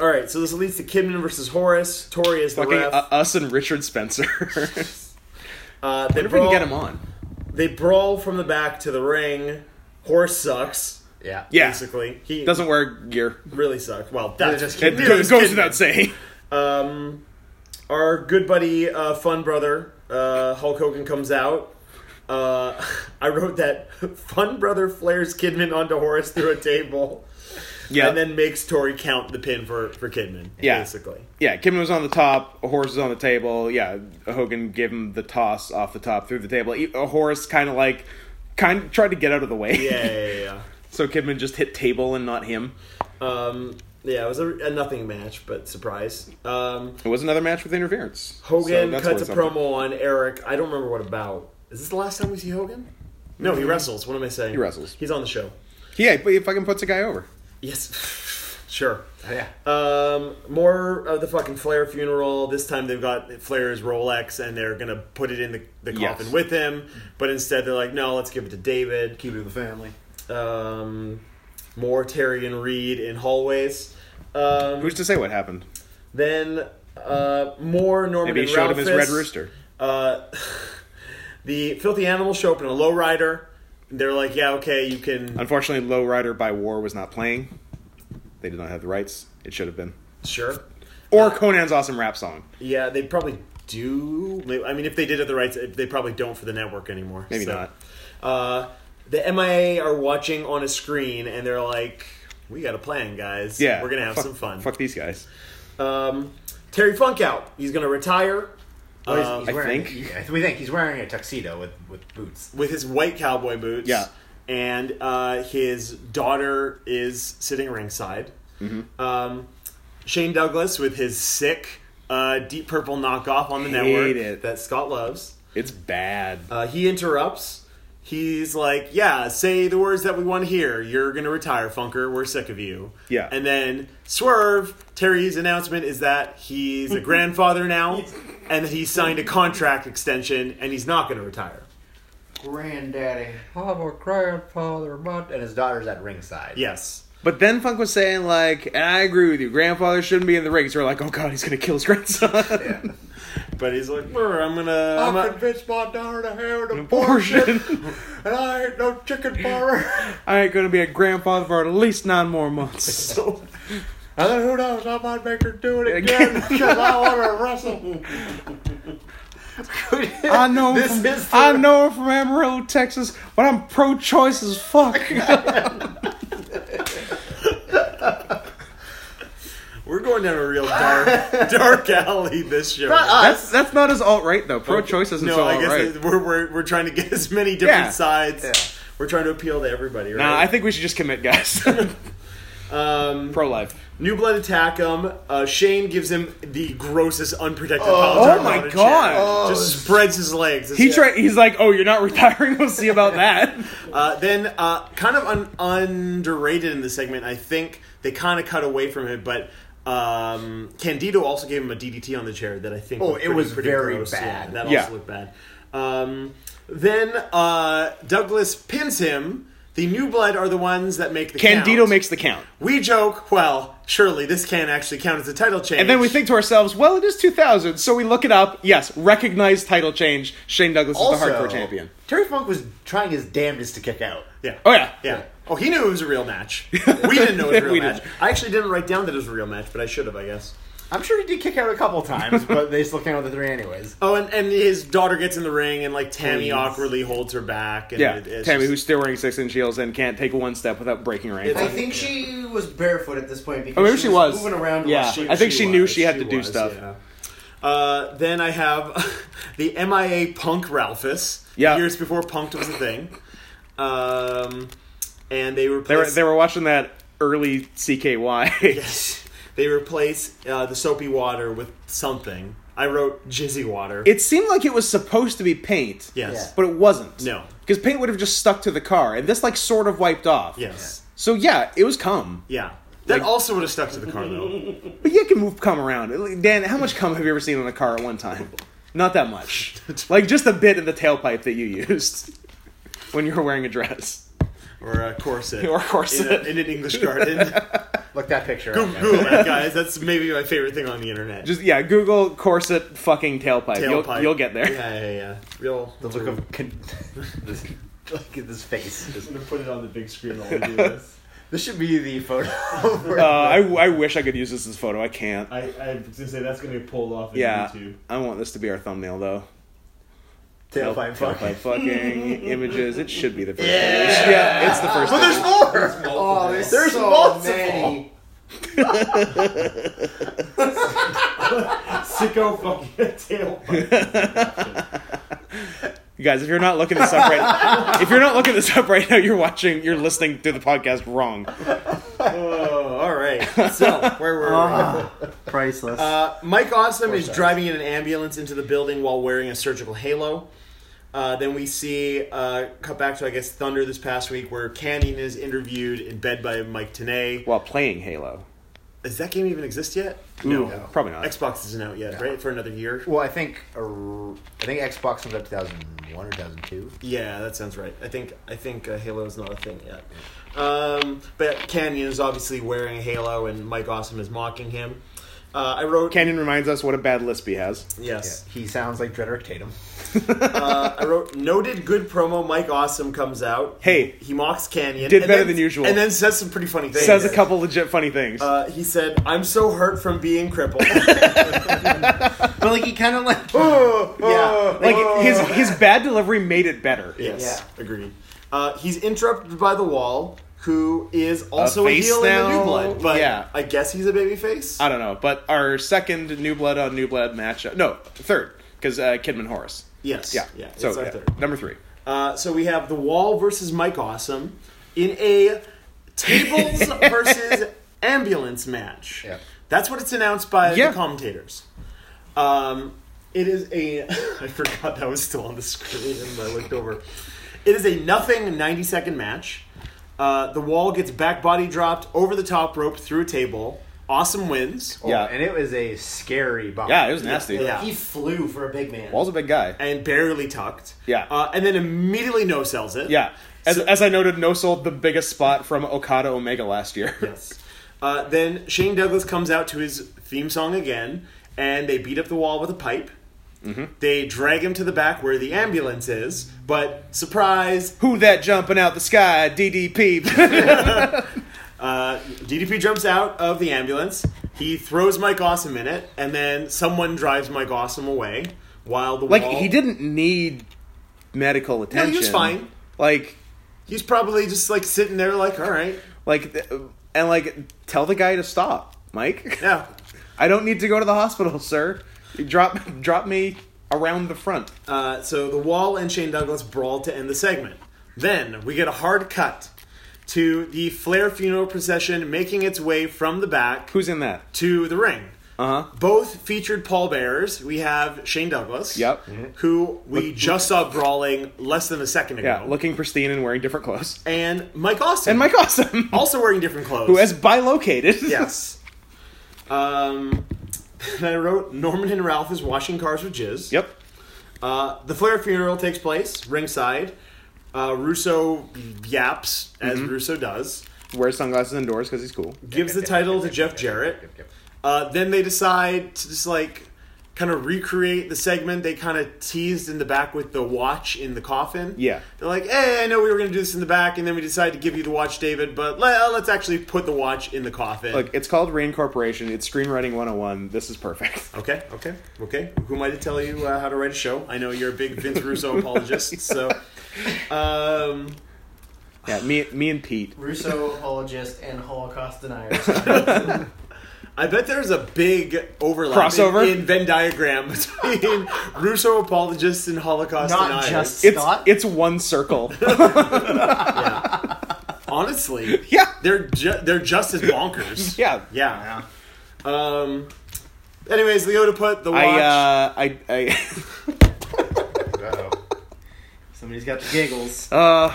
Speaker 2: All right, so this leads to Kidman versus Horace. Tori is the
Speaker 1: Fucking
Speaker 2: ref.
Speaker 1: uh, us and Richard Spencer. [laughs]
Speaker 2: Uh, they,
Speaker 1: Wonder if we can
Speaker 2: brawl,
Speaker 1: get him on.
Speaker 2: they brawl from the back to the ring. Horace sucks.
Speaker 4: Yeah.
Speaker 1: Yeah,
Speaker 2: Basically, he
Speaker 1: doesn't wear gear.
Speaker 2: really suck. Well, that's
Speaker 4: just
Speaker 1: It
Speaker 4: It
Speaker 2: Kidman.
Speaker 1: goes,
Speaker 2: Kidman.
Speaker 1: without saying.
Speaker 2: Um, our good buddy, uh, fun brother, uh, Hulk Hogan comes out. Uh, [laughs] I wrote that [laughs] fun brother flares Kidman onto Horace through a table,
Speaker 1: [laughs] [laughs] Yeah,
Speaker 2: and then makes Tori count the pin for for Kidman.
Speaker 1: Yeah.
Speaker 2: basically.
Speaker 1: yeah. Kim was on the top. Horace was on the table. Yeah, Hogan gave him the toss off the top through the table. He- Horace kind of like kind tried to get out of the way.
Speaker 2: Yeah, yeah, yeah. yeah.
Speaker 1: [laughs] So Kidman just hit table and not him.
Speaker 2: Um, yeah, it was a, a nothing match, but surprise. Um,
Speaker 1: It was another match with interference.
Speaker 2: Hogan
Speaker 1: that's
Speaker 2: cuts a
Speaker 1: worth something.
Speaker 2: promo on Eric. I don't remember what about. Is this the last time we see Hogan? No, he wrestles. What am I saying? He
Speaker 1: Mm-hmm. wrestles.
Speaker 2: He's on the show.
Speaker 1: Yeah, but he fucking puts a guy over.
Speaker 2: Yes. [laughs] sure.
Speaker 4: Yeah.
Speaker 2: Um, more of the fucking Flair funeral. This time they've got Flair's Rolex and they're gonna put it in the, the
Speaker 1: Yes.
Speaker 2: coffin with him. But instead they're like, no, let's give it to David.
Speaker 4: Keep it in the family.
Speaker 2: Um, more Terry and Reed in hallways. Um,
Speaker 1: Who's to say what happened?
Speaker 2: Then uh, more Norman
Speaker 1: Maybe he
Speaker 2: and
Speaker 1: showed him his
Speaker 2: Ralphus.
Speaker 1: red rooster.
Speaker 2: Uh, [laughs] the filthy animal show up in a lowrider. They're like, yeah, okay, you can.
Speaker 1: Unfortunately, Low Rider by War was not playing. They did not have the rights. It should have been.
Speaker 2: Sure.
Speaker 1: Or Conan's awesome rap song.
Speaker 2: Yeah, they probably do. I mean, if they did have the rights, they probably don't for the network anymore.
Speaker 1: Maybe
Speaker 2: so.
Speaker 1: not.
Speaker 2: Uh, the MIA are watching on a screen and they're like, we got a plan, guys.
Speaker 1: Yeah,
Speaker 2: We're going to have
Speaker 1: fuck-
Speaker 2: some fun.
Speaker 1: Fuck these guys.
Speaker 2: Um, Terry Funk out. He's going to retire.
Speaker 4: Oh, he's,
Speaker 2: Um,
Speaker 4: he's
Speaker 1: I
Speaker 4: wearing,
Speaker 1: think.
Speaker 4: yeah, we think he's wearing a tuxedo with, with boots.
Speaker 2: with his white cowboy boots.
Speaker 1: Yeah.
Speaker 2: And uh, his daughter is sitting ringside.
Speaker 1: Mm-hmm.
Speaker 2: Um, Shane Douglas with his sick uh, deep purple knockoff on the
Speaker 1: Hate
Speaker 2: network
Speaker 1: it.
Speaker 2: that Scott loves.
Speaker 1: It's bad.
Speaker 2: Uh, he interrupts. He's like, "Yeah, say the words that we want to hear. You're gonna retire, Funker. We're sick of you."
Speaker 1: Yeah.
Speaker 2: And then swerve. Terry's announcement is that he's a grandfather now, and that he signed a contract extension, and he's not gonna retire.
Speaker 3: Granddaddy.
Speaker 4: I'm a grandfather, but and his daughter's at ringside.
Speaker 2: Yes.
Speaker 1: But then Funk was saying like, and I agree with you. Grandfather shouldn't be in the ring. So we're like, oh god, he's gonna kill his grandson. [laughs]
Speaker 2: But he's like, "Brr, I'm gonna.
Speaker 4: I
Speaker 2: I'm a-
Speaker 4: convinced my daughter to have
Speaker 1: [laughs]
Speaker 4: an
Speaker 1: Abortion.
Speaker 4: and I ain't no chicken farmer.
Speaker 1: [laughs] I ain't gonna be a grandfather for at least nine more months.
Speaker 2: so,
Speaker 4: And then who knows? I might make her do it again [laughs] because I want her to wrestle.
Speaker 1: [laughs] I know.
Speaker 4: This
Speaker 1: from,
Speaker 4: is the-
Speaker 1: I know her from Amarillo, Texas, but I'm pro-choice as fuck. [laughs]
Speaker 2: We're going down a
Speaker 1: [laughs]
Speaker 2: real dark, dark alley this show.
Speaker 4: Not us.
Speaker 1: that's that's not as alt right though. Pro-choice isn't
Speaker 2: no,
Speaker 1: so
Speaker 2: I
Speaker 1: alt
Speaker 2: guess
Speaker 1: right.
Speaker 2: it- we're, we're we're trying to get as many different
Speaker 1: Yeah.
Speaker 2: sides.
Speaker 4: Yeah.
Speaker 2: We're trying to appeal to everybody,
Speaker 1: Nah, Uh, I
Speaker 2: right?
Speaker 1: think we should just commit, guys. [laughs]
Speaker 2: um,
Speaker 1: Pro-life.
Speaker 2: New Blood attack him. Uh, Shane gives him the grossest unprotected
Speaker 1: oh
Speaker 2: oh,
Speaker 1: my God.
Speaker 2: Just spreads his legs.
Speaker 1: He tried. He's like, oh, you're not retiring. We'll see
Speaker 2: [laughs]
Speaker 1: about that.
Speaker 2: Uh, then, uh, kind of un- underrated in the segment, I think they kind of cut away from it, but um, Candido also gave him a DDT on the chair that I think.
Speaker 4: Oh,
Speaker 2: looked
Speaker 4: it
Speaker 2: pretty-
Speaker 4: was
Speaker 2: pretty
Speaker 4: very
Speaker 2: gross.
Speaker 4: bad.
Speaker 2: Yeah, that
Speaker 1: Yeah.
Speaker 2: also looked bad. Um, then uh, Douglas pins him. The New Blood are the ones that make the
Speaker 1: Candido
Speaker 2: count.
Speaker 1: makes the count,
Speaker 2: We joke, well, surely this can actually count as a title change.
Speaker 1: and then we think to ourselves, well, it is 2000, so we look it up. Yes, recognized title change. Shane Douglas is
Speaker 4: Also,
Speaker 1: the hardcore champion.
Speaker 4: Terry Funk was trying his damnedest to kick out.
Speaker 2: Yeah.
Speaker 1: Oh yeah,
Speaker 2: Yeah. Oh, he knew it was a
Speaker 1: [laughs]
Speaker 2: real match. We didn't know it was a real
Speaker 1: We
Speaker 2: match.
Speaker 1: didn't.
Speaker 2: I actually didn't write down that it was a real match, but I should have, I guess.
Speaker 4: I'm sure he did kick out a
Speaker 1: [laughs]
Speaker 4: couple times, but they still came out the three anyways.
Speaker 2: Oh, and, and his daughter gets in the ring, and like Tammy
Speaker 4: Please.
Speaker 2: awkwardly holds her back. And
Speaker 1: yeah.
Speaker 2: it- it's
Speaker 1: Tammy,
Speaker 2: just-
Speaker 1: who's still wearing six-inch heels and can't take one step without breaking her ankle.
Speaker 3: I think she was barefoot at this point because
Speaker 1: Oh, maybe
Speaker 3: she,
Speaker 1: she
Speaker 3: was,
Speaker 1: was.
Speaker 3: moving around.
Speaker 1: Yeah.
Speaker 3: while she-
Speaker 1: I think she knew she had to do
Speaker 2: was,
Speaker 1: stuff.
Speaker 2: yeah. Uh, then I have [laughs] the MIA Punk Ralphus.
Speaker 1: Yeah.
Speaker 2: Years before Punked was a thing. Um, and they
Speaker 1: They were
Speaker 2: replaced. [laughs]
Speaker 1: they were watching that early CKY.
Speaker 2: they replace uh, the soapy water with something. I wrote jizzy water.
Speaker 1: It seemed like it was supposed to be paint.
Speaker 2: yes.
Speaker 1: But it wasn't.
Speaker 2: No.
Speaker 1: Because paint would have just stuck to the car, and this like sort of wiped off.
Speaker 2: Yes.
Speaker 1: So yeah, it was cum.
Speaker 2: Yeah. That also would have stuck to the car though.
Speaker 1: But you can move cum around. Dan, how much cum have you ever seen on a car at one time? Not that
Speaker 2: [laughs]
Speaker 1: much. like just a bit in the tailpipe that you used [laughs] when you were wearing a dress.
Speaker 2: or a corset.
Speaker 1: Or a corset.
Speaker 2: In, a- in an English
Speaker 1: [laughs]
Speaker 2: garden.
Speaker 4: Look that picture Oh up. man.
Speaker 2: Google that, guys. That's maybe my favorite thing on the internet.
Speaker 1: Just yeah, Google corset fucking tailpipe. You'll,
Speaker 2: Tailpipe.
Speaker 1: you'll get there.
Speaker 2: Yeah, yeah, yeah. Real.
Speaker 4: The look of con- [laughs] this, look at this face. Just-
Speaker 2: I'm gonna put it on the big screen while we
Speaker 1: [laughs]
Speaker 2: do this.
Speaker 4: This should be the photo. [laughs]
Speaker 1: Uh, I, I wish I could use this as a photo. I can't.
Speaker 2: I, I was gonna say that's gonna be pulled off of
Speaker 1: yeah, I want this to be our thumbnail though. Tailpipe
Speaker 4: Tailpipe
Speaker 1: [laughs]
Speaker 4: fucking.
Speaker 1: fucking images. It should be the first. Yeah, yeah it's the first.
Speaker 4: But there's more.
Speaker 3: Oh, there's,
Speaker 4: There's
Speaker 3: so
Speaker 4: multiple.
Speaker 3: many.
Speaker 2: Sicko fucking tailpipe.
Speaker 1: You guys, if you're not looking this up [laughs] right, if you're not looking this up right now, you're watching, you're listening to the podcast wrong.
Speaker 2: [laughs] oh, all right. So where were we?
Speaker 1: Uh,
Speaker 4: Priceless.
Speaker 2: Uh, Mike Awesome is driving in an ambulance into the building while wearing a surgical halo. Uh, then we see uh, cut back to I guess Thunder this past week where Canyon is interviewed in bed by Mike Tanay.
Speaker 1: While playing Halo,
Speaker 2: Does that game even exist yet?
Speaker 1: Ooh, probably not.
Speaker 2: Xbox isn't out yet, right? For another year.
Speaker 4: well, I think uh, I think Xbox comes out 2001 or 2002.
Speaker 2: Yeah, that sounds right. I think I think uh, Halo is not a thing yet. Um, but Canyon is obviously wearing a Halo, and Mike Awesome is mocking him. Uh, I wrote
Speaker 1: Canyon reminds us what a bad lisp he has.
Speaker 2: yes.
Speaker 4: He sounds like
Speaker 1: [laughs]
Speaker 4: Dredrick Tatum.
Speaker 2: Uh, I wrote noted good promo. Mike Awesome comes out.
Speaker 1: Hey.
Speaker 2: he mocks Canyon.
Speaker 1: Did
Speaker 2: and
Speaker 1: better
Speaker 2: then-
Speaker 1: than usual.
Speaker 2: and then says some pretty funny things.
Speaker 1: Says a couple legit funny things.
Speaker 2: Uh, he said, "I'm so hurt from being
Speaker 1: [laughs]
Speaker 2: crippled." [laughs]
Speaker 4: But like he kind of like oh,
Speaker 2: yeah,
Speaker 1: like his his bad delivery made it better.
Speaker 2: Yes, agreed. Uh, he's interrupted by the wall, who is also a,
Speaker 1: face
Speaker 2: heel in the
Speaker 1: now?
Speaker 2: New Blood, but
Speaker 1: Yeah. Uh,
Speaker 2: I guess he's a baby face.
Speaker 1: I don't know, but our second New Blood on New Blood matchup, no, third, because uh, Kidman Horace.
Speaker 2: yes,
Speaker 1: Yeah,
Speaker 2: yeah.
Speaker 1: So
Speaker 2: it's our
Speaker 1: yeah,
Speaker 2: third.
Speaker 1: number three.
Speaker 2: Uh, so we have the Wall versus Mike Awesome in a
Speaker 1: [laughs]
Speaker 2: tables versus ambulance match.
Speaker 4: Yeah.
Speaker 2: That's what it's announced by
Speaker 1: Yeah.
Speaker 2: the commentators. Um, it is a. [laughs] I forgot that was still on the screen and I looked over. It is a nothing 90 second match. Uh, the Wall gets back body dropped over the top rope through a table. Awesome wins.
Speaker 1: Yeah.
Speaker 4: [laughs] and it was a scary bomb.
Speaker 1: Yeah, it was nasty.
Speaker 2: Yeah.
Speaker 3: He flew for a big man.
Speaker 1: Wall's a big guy.
Speaker 2: And barely tucked.
Speaker 1: Yeah.
Speaker 2: Uh, and then immediately no sells it.
Speaker 1: Yeah. As, as I noted, no sold the biggest spot from Okada Omega last year. [laughs]
Speaker 2: Yes. Uh, then Shane Douglas comes out to his theme song again, and they beat up the wall with a pipe.
Speaker 1: Mm-hmm.
Speaker 2: They drag him to the back where the ambulance is, but surprise, [laughs]
Speaker 1: Who that jumping out the sky? DDP.
Speaker 2: Uh, DDP jumps out of the ambulance. He throws Mike Awesome in it, and then someone drives Mike Awesome away while the
Speaker 1: Like
Speaker 2: wall.
Speaker 1: he didn't need medical
Speaker 2: No,
Speaker 1: attention.
Speaker 2: he was fine.
Speaker 1: Like
Speaker 2: He's probably just like sitting there, like, all right,
Speaker 1: like th- and like tell the guy to stop, Mike. [laughs]
Speaker 2: yeah.
Speaker 1: I don't need to go to the hospital, [laughs] sir. Drop drop me around the front.
Speaker 2: Uh, so the wall and Shane Douglas brawl to end the segment. Then we get a hard cut to the Flair funeral procession making its way from the back
Speaker 1: Who's in that?
Speaker 2: to the ring.
Speaker 1: Uh huh.
Speaker 2: Both featured pallbearers. We have Shane Douglas,
Speaker 1: Yep. Mhm.
Speaker 2: who we just saw brawling less than a second ago,
Speaker 1: Yeah, looking pristine and wearing different clothes. [laughs]
Speaker 2: and Mike Austin,
Speaker 1: And Mike Awesome, [laughs]
Speaker 2: also wearing different clothes.
Speaker 1: who has bilocated.
Speaker 2: yes. Um, [laughs] and I wrote Norman and Ralph is washing cars with jizz.
Speaker 1: [laughs] Yep.
Speaker 2: Uh, the Flair funeral takes place ringside. Uh, Russo yaps as Russo does,
Speaker 1: Wears sunglasses indoors because he's cool.
Speaker 2: gives the title to Jeff Jarrett. Uh, then they decide to just like kind of recreate the segment they kind of teased in the back with the watch in the coffin.
Speaker 1: Yeah.
Speaker 2: They're like, hey, I know we were going to do this in the back, and then we decided to give you the watch, David, but le- uh, let's actually put the watch in the coffin.
Speaker 1: Look, it's called Reincorporation. It's Screenwriting 101. This is perfect.
Speaker 2: Okay, okay, okay. Who am I to tell you uh, how to write a show? I know you're a big Vince Russo apologist, so. Um,
Speaker 1: Yeah, me, me and Pete.
Speaker 3: Russo apologist and Holocaust denier.
Speaker 1: [laughs]
Speaker 2: I bet there's a big overlap
Speaker 1: Crossover?
Speaker 2: in, in Venn diagram
Speaker 1: [laughs]
Speaker 2: between Russo apologists and Holocaust
Speaker 3: Not
Speaker 2: deniers.
Speaker 3: just-
Speaker 1: It's
Speaker 3: Scott?
Speaker 1: it's one circle. [laughs]
Speaker 2: honestly,
Speaker 1: [laughs] yeah,
Speaker 2: they're ju- they're just as bonkers.
Speaker 1: [laughs] yeah.
Speaker 2: yeah. Um. Anyways, Leota put the watch.
Speaker 1: I uh, I I [laughs]
Speaker 3: Somebody's got the giggles.
Speaker 1: uh,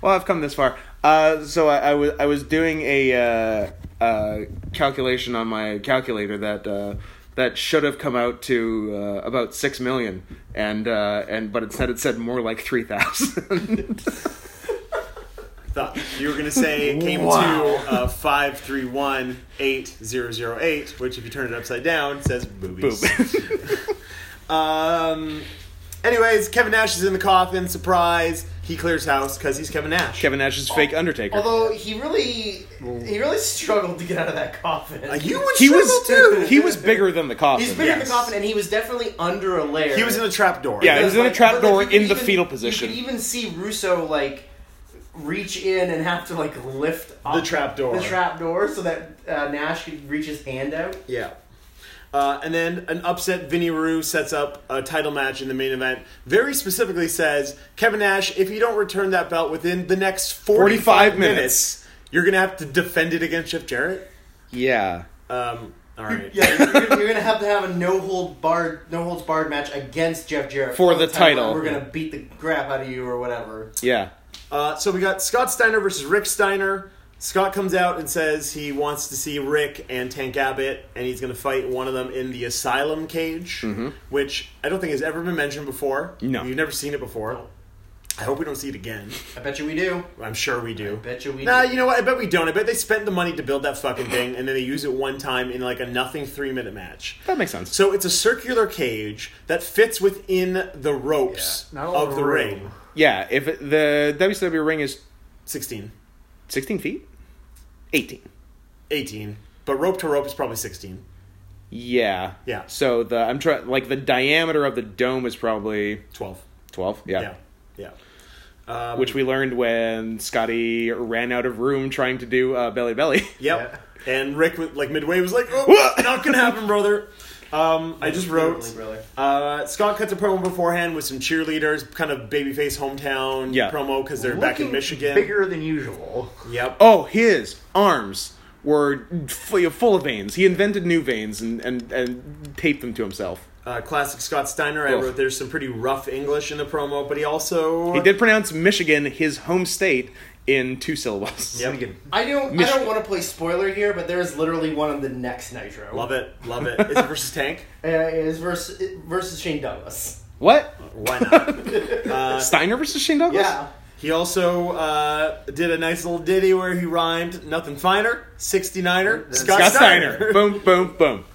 Speaker 1: well, I've come this far. Uh, so I, I was I was doing a uh, uh, calculation on my calculator that uh, that should have come out to uh, about six million, and uh, and but instead it said more like three thousand. [laughs] uh,
Speaker 2: thought you were gonna say it came to uh, five three one eight zero zero eight, which if you turn it upside down it says boobies. [laughs] um. Anyways, Kevin Nash is in the coffin. Surprise! He clears house because he's Kevin Nash.
Speaker 1: Kevin Nash's fake Undertaker.
Speaker 3: Although he really, he really struggled to get out of that coffin.
Speaker 2: Uh, you would
Speaker 1: he
Speaker 2: struggle
Speaker 1: was
Speaker 2: too.
Speaker 1: he was bigger than the coffin.
Speaker 3: He's been in
Speaker 2: Yes.
Speaker 3: the coffin, and he was definitely under a layer.
Speaker 2: He was in a trap door.
Speaker 1: Yeah, he was in a
Speaker 3: Like,
Speaker 1: trap
Speaker 3: but, like,
Speaker 1: door
Speaker 3: you could
Speaker 1: in the
Speaker 3: even-
Speaker 1: fetal
Speaker 3: You
Speaker 1: position.
Speaker 3: could even see Russo like reach in and have to like lift up
Speaker 2: The trap door.
Speaker 3: the trap door, so that uh, Nash could reach his hand out.
Speaker 2: Yeah. Uh, and then an upset Vinny Rue sets up a title match in the main event. Very specifically says, Kevin Nash, if you don't return that belt within the next 45,
Speaker 1: 45
Speaker 2: minutes,
Speaker 1: minutes,
Speaker 2: you're going to have to defend it against Jeff Jarrett.
Speaker 1: Yeah.
Speaker 2: Um, all right.
Speaker 3: Yeah, you're, you're gonna have to have a no hold barred, no holds barred match against Jeff Jarrett
Speaker 1: For the title.
Speaker 3: We're gonna beat the crap out of you or whatever.
Speaker 1: Yeah.
Speaker 2: Uh, so we got Scott Steiner versus Rick Steiner. Scott comes out and says he wants to see Rick and Tank Abbott, and he's going to fight one of them in the asylum cage, which I don't think has ever been mentioned before.
Speaker 1: No.
Speaker 2: You've never seen it before. I hope we don't see it again.
Speaker 3: I bet you we do.
Speaker 2: I'm sure we do.
Speaker 3: Bet you we
Speaker 2: Nah,
Speaker 3: do.
Speaker 2: you know what? I bet we don't. I bet they spent the money to build that fucking thing, and then they use it one time in like a nothing three minute match.
Speaker 1: That makes sense.
Speaker 2: So it's a circular cage that fits within the ropes
Speaker 4: Yeah, not all
Speaker 2: of the
Speaker 4: room.
Speaker 2: ring.
Speaker 1: Yeah, if it, the WCW ring is
Speaker 2: 16,
Speaker 1: 16 feet? 18.
Speaker 2: 18, but rope to rope is probably 16.
Speaker 1: Yeah.
Speaker 2: Yeah.
Speaker 1: So the I'm trying like the diameter of the dome is probably
Speaker 2: 12.
Speaker 1: 12.
Speaker 2: Yeah.
Speaker 1: Yeah.
Speaker 2: Yeah.
Speaker 1: Which we learned when Scotty ran out of room trying to do uh, belly belly.
Speaker 2: Yep. And Rick, was- like midway, was like, oh, not going to happen, brother. Um, I just wrote.
Speaker 3: Totally, brother.
Speaker 2: Uh, Scott cuts a promo beforehand with some cheerleaders, kind of babyface hometown
Speaker 1: Yeah.
Speaker 2: promo because they're back in
Speaker 4: Looking
Speaker 2: Michigan.
Speaker 4: Bigger than usual.
Speaker 2: Yep.
Speaker 1: [laughs] Oh, his arms were full, full of veins. He invented new veins and and and taped them to himself.
Speaker 2: Uh, classic Scott Steiner. I
Speaker 1: Cool.
Speaker 2: wrote there's some pretty rough English in the promo, but he also
Speaker 1: He did pronounce Michigan his home state in two syllables.
Speaker 2: Yep.
Speaker 3: I don't. I
Speaker 1: Michigan.
Speaker 3: don't want to play spoiler here, but there is literally one on the next Nitro.
Speaker 2: Love it, love it. Is it versus Tank?
Speaker 3: Uh, it is versus versus Shane Douglas.
Speaker 1: What?
Speaker 2: Why
Speaker 1: [laughs]
Speaker 2: not?
Speaker 1: Steiner versus Shane Douglas?
Speaker 3: Yeah.
Speaker 2: He also uh, did a nice little ditty where he rhymed nothing finer, 69er, Scott,
Speaker 1: Scott
Speaker 2: Steiner.
Speaker 1: Steiner. [laughs] boom, boom, boom.
Speaker 2: [laughs]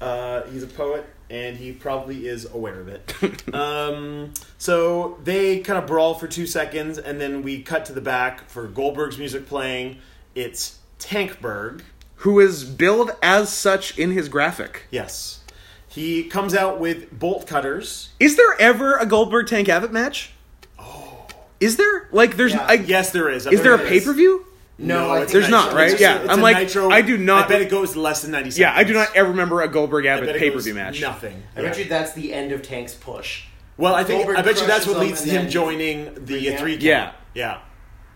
Speaker 2: Uh, he's a poet, and he probably is aware of
Speaker 1: [laughs]
Speaker 2: it. um, so they kind of brawl for two seconds, and then we cut to the back for Goldberg's music playing, It's Tankberg.
Speaker 1: Who is billed as such in his graphic.
Speaker 2: Yes. He comes out with bolt cutters.
Speaker 1: Is there ever a Goldberg Tank Abbott match? Oh. Is there? Like, there's.
Speaker 3: Yeah.
Speaker 1: I,
Speaker 2: Yes, there is. I
Speaker 1: Is there a
Speaker 2: bet it
Speaker 1: pay per view?
Speaker 3: No, I
Speaker 2: it's
Speaker 3: think
Speaker 1: There's
Speaker 3: I
Speaker 1: not,
Speaker 3: saw
Speaker 2: Nitro.
Speaker 1: right?
Speaker 2: It's
Speaker 3: this.
Speaker 2: just-
Speaker 1: Yeah,
Speaker 2: it's
Speaker 1: I'm
Speaker 2: a
Speaker 1: like,
Speaker 2: Nitro.
Speaker 1: I do not-
Speaker 2: I bet it goes less than ninety seconds.
Speaker 1: Yeah, I do not ever remember a Goldberg
Speaker 2: I
Speaker 1: Abbott
Speaker 2: bet it
Speaker 1: pay per
Speaker 2: goes
Speaker 1: view match.
Speaker 2: Nothing.
Speaker 3: I bet you that's the end of Tank's push.
Speaker 2: Well, I think
Speaker 3: Goldberg
Speaker 2: I bet you that's
Speaker 3: crushes
Speaker 2: what
Speaker 3: them
Speaker 2: leads to
Speaker 3: and
Speaker 2: him
Speaker 3: then-
Speaker 2: joining the uh,
Speaker 3: Yeah.
Speaker 2: three. count.
Speaker 1: Yeah.
Speaker 2: Yeah.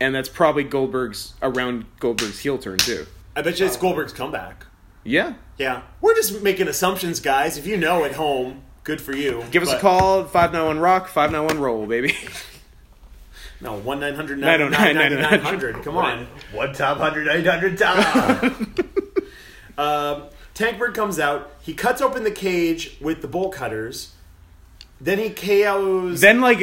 Speaker 1: And that's probably Goldberg's around Goldberg's heel turn too.
Speaker 2: I bet you it's Goldberg's comeback.
Speaker 1: Yeah.
Speaker 2: Yeah. We're just making assumptions, guys. If you know at home, good for you.
Speaker 1: Give us
Speaker 2: But-
Speaker 1: a call, 591 Rock, 591 Roll, baby. [laughs]
Speaker 2: No, 1 900
Speaker 1: 909,
Speaker 2: 900. Come on.
Speaker 4: One top hundred, eight hundred [laughs] top.
Speaker 2: Um, Tankbird comes out. He cuts open the cage with the bolt cutters. Then he KOs.
Speaker 1: then, like,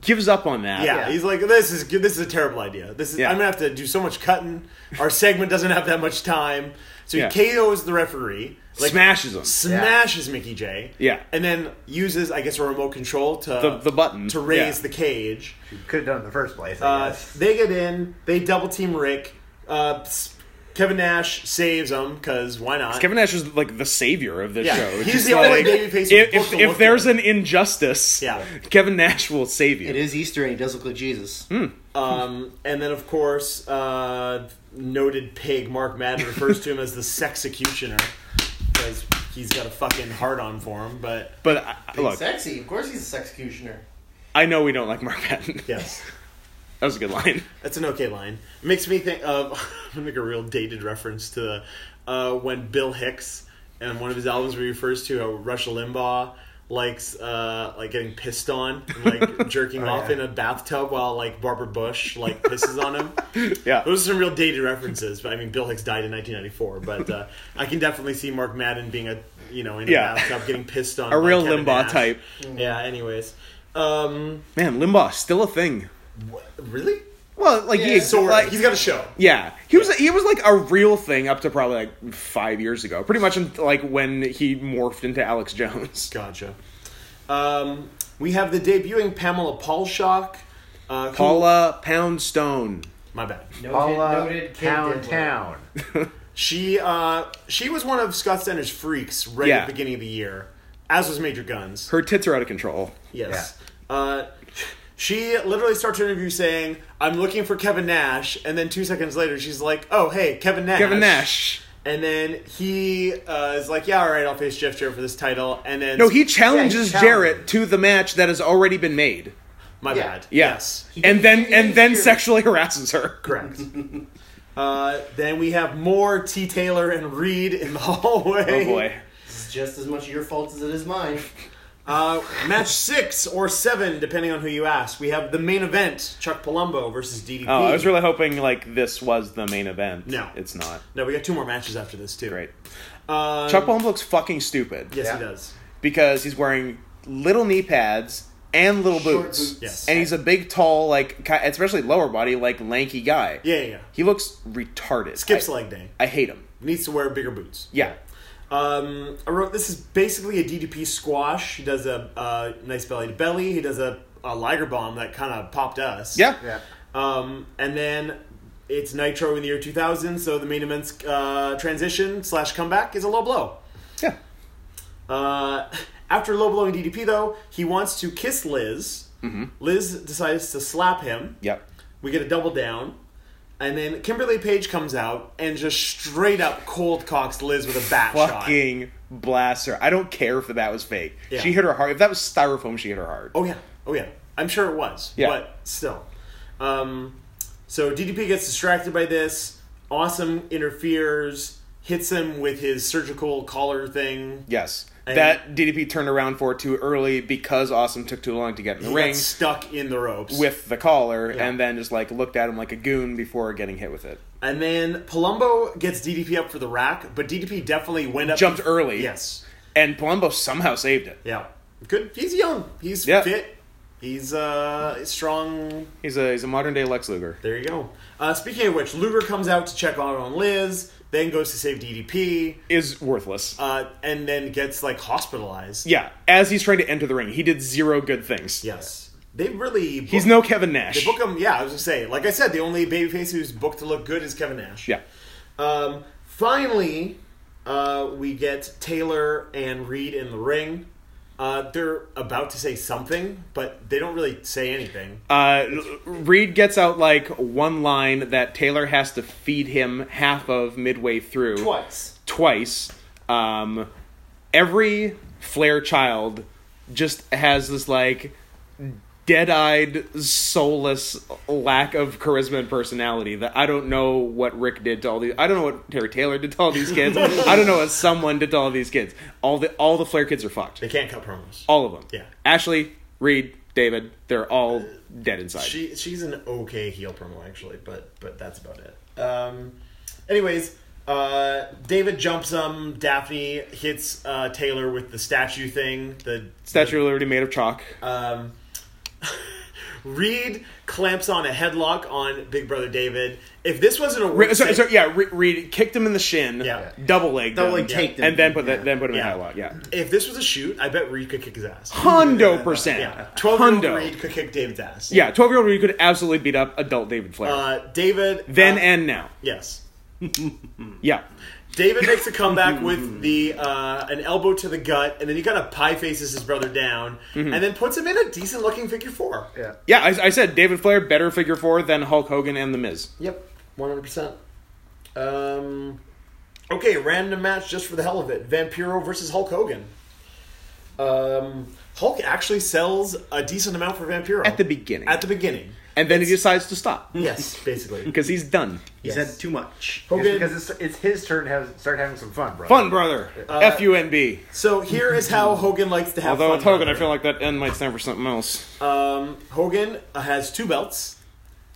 Speaker 1: gives up on that.
Speaker 2: yeah, he's like, this is this is a terrible idea. This is
Speaker 1: Yeah.
Speaker 2: I'm gonna have to do so much cutting. Our segment doesn't have that much time. So he
Speaker 1: Yeah.
Speaker 2: KOs the referee. Like,
Speaker 1: Smashes him.
Speaker 2: smashes Mickey J.
Speaker 1: Yeah.
Speaker 2: and then uses I guess a remote control to
Speaker 1: The- the button.
Speaker 2: to raise
Speaker 1: Yeah.
Speaker 2: the cage.
Speaker 4: Could have done it in the first place. I
Speaker 2: Uh,
Speaker 4: guess.
Speaker 2: they get in. They double team Rick. Uh, s- Kevin Nash saves him because why not?
Speaker 1: Kevin Nash is like the savior of this
Speaker 2: Yeah.
Speaker 1: show. It's
Speaker 2: He's
Speaker 1: just
Speaker 2: the only
Speaker 1: like,
Speaker 2: babyface who's
Speaker 1: If,
Speaker 2: booked
Speaker 1: if,
Speaker 2: to
Speaker 1: if
Speaker 2: look
Speaker 1: there's
Speaker 2: good.
Speaker 1: an injustice,
Speaker 2: Yeah.
Speaker 1: Kevin Nash will save
Speaker 3: It
Speaker 1: you.
Speaker 3: is Easter and he does look like Jesus.
Speaker 2: Um, and then, of course, uh, noted pig Mark Madden refers to him as the [laughs] sex executioner because he's got a fucking hard on for him. But
Speaker 1: But I, look,
Speaker 3: Sexy. Of course he's a sexecutioner.
Speaker 1: I know we don't like Mark Patton.
Speaker 2: yes,
Speaker 1: [laughs] That was a good line.
Speaker 2: that's an okay line. Makes me think of [laughs] I'm gonna make a real dated reference to uh, when Bill Hicks and one of his albums where he refers to how Rush Limbaugh likes uh, like getting pissed on
Speaker 1: [laughs]
Speaker 2: and like jerking
Speaker 1: Oh,
Speaker 2: off
Speaker 4: yeah.
Speaker 2: in a bathtub while like Barbara Bush like pisses on him.
Speaker 1: [laughs] Yeah.
Speaker 2: Those are some real dated references, but I mean, Bill Hicks died in 1994. But uh, I can definitely see Mark Madden being a you know in a
Speaker 1: Yeah.
Speaker 2: bathtub getting pissed on
Speaker 1: [laughs] A
Speaker 2: by
Speaker 1: real
Speaker 2: Kevin
Speaker 1: Limbaugh
Speaker 2: Nash.
Speaker 1: type.
Speaker 2: Yeah. Anyways, um,
Speaker 1: Man, Limbaugh, still a thing.
Speaker 2: really?
Speaker 1: Well, like,
Speaker 3: Yeah.
Speaker 1: he's,
Speaker 2: So
Speaker 1: like,
Speaker 2: he's got a show.
Speaker 1: Yeah, he was he was like a real thing up to probably like five years ago, pretty much in, like when he morphed into Alex Jones.
Speaker 2: Gotcha. Um, we have the debuting Pamela Paulshock. Uh, who-
Speaker 1: Paula Poundstone.
Speaker 2: my bad.
Speaker 3: Noted,
Speaker 4: Paula
Speaker 3: noted kid
Speaker 4: Town
Speaker 3: Dibbler.
Speaker 4: Town.
Speaker 2: She uh, she was one of Scott Stenner's freaks right
Speaker 1: Yeah.
Speaker 2: at the beginning of the year, as was Major Guns.
Speaker 1: Her tits are out of control.
Speaker 2: Yes. Uh, she literally starts her interview saying, I'm looking for Kevin Nash. And then two seconds later, she's like, oh, hey, Kevin Nash.
Speaker 1: Kevin Nash.
Speaker 2: And then he uh, is like, yeah, all right, I'll face Jeff Jarrett for this title. And then.
Speaker 1: No, he challenges
Speaker 4: Yeah, he challenged.
Speaker 1: Jarrett to the match that has already been made.
Speaker 2: My
Speaker 3: Yeah.
Speaker 2: bad.
Speaker 1: Yeah.
Speaker 2: Yes.
Speaker 1: And then and then
Speaker 3: Sure.
Speaker 1: sexually harasses her.
Speaker 2: Correct. [laughs] uh, then we have more T. Taylor and Reed in the [laughs] hallway.
Speaker 1: Oh boy.
Speaker 3: It's just as much your fault as it is mine.
Speaker 2: Uh, match six or seven, depending on who you ask. We have the main event Chuck Palumbo versus DDP.
Speaker 1: Oh, I was really hoping like this was the main event.
Speaker 2: No.
Speaker 1: it's not.
Speaker 2: No, we got two more matches after this, too.
Speaker 1: Great.
Speaker 2: Um,
Speaker 1: Chuck Palumbo looks fucking stupid.
Speaker 2: Yes,
Speaker 4: Yeah.
Speaker 2: he does.
Speaker 1: because he's wearing little knee pads and little
Speaker 3: Short
Speaker 1: boots.
Speaker 3: boots.
Speaker 2: Yes.
Speaker 1: And he's a big, tall, like, ki- especially lower body, like, lanky guy.
Speaker 2: Yeah, yeah, yeah.
Speaker 1: He looks retarded.
Speaker 2: Skips
Speaker 1: I,
Speaker 2: leg day.
Speaker 1: I hate him.
Speaker 2: Needs to wear bigger boots.
Speaker 1: Yeah.
Speaker 2: Um, I wrote this is basically a DDP squash. He does a, uh nice belly to belly. He does a, a Liger bomb that kind of popped us.
Speaker 1: Yeah.
Speaker 4: Yeah.
Speaker 2: Um, and then it's Nitro in the year 2000, so the main event's uh, transition slash comeback is a low blow.
Speaker 1: Yeah.
Speaker 2: Uh, [laughs] after low blowing DDP, though, he wants to kiss Liz. Liz decides to slap him.
Speaker 1: Yep.
Speaker 2: We get a double down. And then Kimberly Page comes out and just straight up cold cocks Liz with a bat shot.
Speaker 1: Fucking blast her. I don't care if the bat was fake.
Speaker 2: Yeah.
Speaker 1: She hit her hard. If that was styrofoam, she hit her hard.
Speaker 2: Oh, yeah. Oh, yeah. I'm sure it was.
Speaker 1: Yeah.
Speaker 2: But still. Um, so DDP gets distracted by this. Awesome interferes, hits him with his surgical collar thing.
Speaker 1: Yes.
Speaker 2: And-
Speaker 1: that DDP turned around for too early because Awesome took too long to get in the
Speaker 2: He got
Speaker 1: ring
Speaker 2: stuck in the ropes.
Speaker 1: with the collar
Speaker 2: Yeah.
Speaker 1: and then just, like, looked at him like a goon before getting hit with it.
Speaker 2: and then Palumbo gets DDP up for the rack, but DDP definitely went up.
Speaker 1: Jumped early.
Speaker 2: Yes.
Speaker 1: And Palumbo somehow saved it.
Speaker 2: Yeah. Good. He's young. He's
Speaker 1: Yeah.
Speaker 2: fit. He's uh strong.
Speaker 1: He's a he's a modern day Lex Luger.
Speaker 2: There you go. Uh, speaking of which, Luger comes out to check on on Liz, then goes to save DDP,
Speaker 1: Is worthless.
Speaker 2: uh, and then gets like hospitalized.
Speaker 1: yeah, as he's trying to enter the ring, he did zero good things.
Speaker 2: Yes. They really book,
Speaker 1: He's no Kevin Nash.
Speaker 2: they book him. Yeah, I was gonna say. Like I said, the only babyface who's booked to look good is Kevin Nash.
Speaker 1: yeah.
Speaker 2: Um, finally, uh, we get Taylor and Reed in the ring. Uh, they're about to say something, but they don't really say anything.
Speaker 1: Uh, Reed gets out like one line that Taylor has to feed him half of midway through.
Speaker 3: Twice.
Speaker 1: twice. Um, every Flair child just has this like dead-eyed, soulless lack of charisma and personality that I don't know what Rick did to all these. I don't know what Terry Taylor did to all these kids. I don't know what someone did to all these kids. All the all the Flair kids are fucked.
Speaker 2: They can't cut promos.
Speaker 1: All of them.
Speaker 2: Yeah.
Speaker 1: Ashley, Reed, David, they're all dead inside.
Speaker 2: She she's an okay heel promo actually, but but that's about it. Um, anyways, uh, David jumps um Daphne hits uh, Taylor with the statue thing. The
Speaker 1: Statue of Liberty made of chalk.
Speaker 2: um, [laughs] Reed clamps on a headlock on Big Brother David. If this wasn't a
Speaker 1: Re-
Speaker 2: work
Speaker 1: so,
Speaker 2: seg-
Speaker 1: so, yeah, Re- Reed kicked him in the shin,
Speaker 2: Yeah.
Speaker 1: double legged,
Speaker 4: Double
Speaker 1: him,
Speaker 4: leg taped him.
Speaker 1: and then put
Speaker 4: Yeah.
Speaker 1: the, then put him
Speaker 2: Yeah.
Speaker 1: in high lock. Yeah,
Speaker 2: if this was a shoot, I bet Reed could kick his ass.
Speaker 1: hundo percent,
Speaker 2: Yeah, twelve year old
Speaker 1: hundo.
Speaker 2: Reed could kick David's ass.
Speaker 1: Yeah, twelve year old Reed could absolutely beat up adult David Flair
Speaker 2: uh, David
Speaker 1: then
Speaker 2: uh,
Speaker 1: and now.
Speaker 2: yes.
Speaker 1: Yeah,
Speaker 2: David makes a comeback
Speaker 4: [laughs]
Speaker 2: with the uh, an elbow to the gut, and then he kind of pie faces his brother down, and then puts him in a decent looking figure four.
Speaker 4: Mm-hmm. Yeah.
Speaker 1: yeah. I, I said David Flair better figure four than Hulk Hogan and The Miz.
Speaker 2: Yep, one hundred percent. Um, okay, random match just for the hell of it: Vampiro versus Hulk Hogan. Um, Hulk actually sells a decent amount for Vampiro
Speaker 1: At the beginning.
Speaker 2: At the beginning,
Speaker 1: And then he decides to stop [laughs]
Speaker 2: yes, basically.
Speaker 1: because he's done.
Speaker 4: He
Speaker 2: Yes.
Speaker 4: said too much.
Speaker 3: Oh,
Speaker 2: Hogan-
Speaker 4: It's because it's, it's his turn to have, start having some fun, bro.
Speaker 1: Fun, brother. Uh, F U N B.
Speaker 2: So here is how Hogan likes to have
Speaker 1: Although
Speaker 2: fun.
Speaker 1: with Hogan, I
Speaker 2: brother.
Speaker 1: feel like that N might stand for something else.
Speaker 2: um, Hogan uh, has two belts.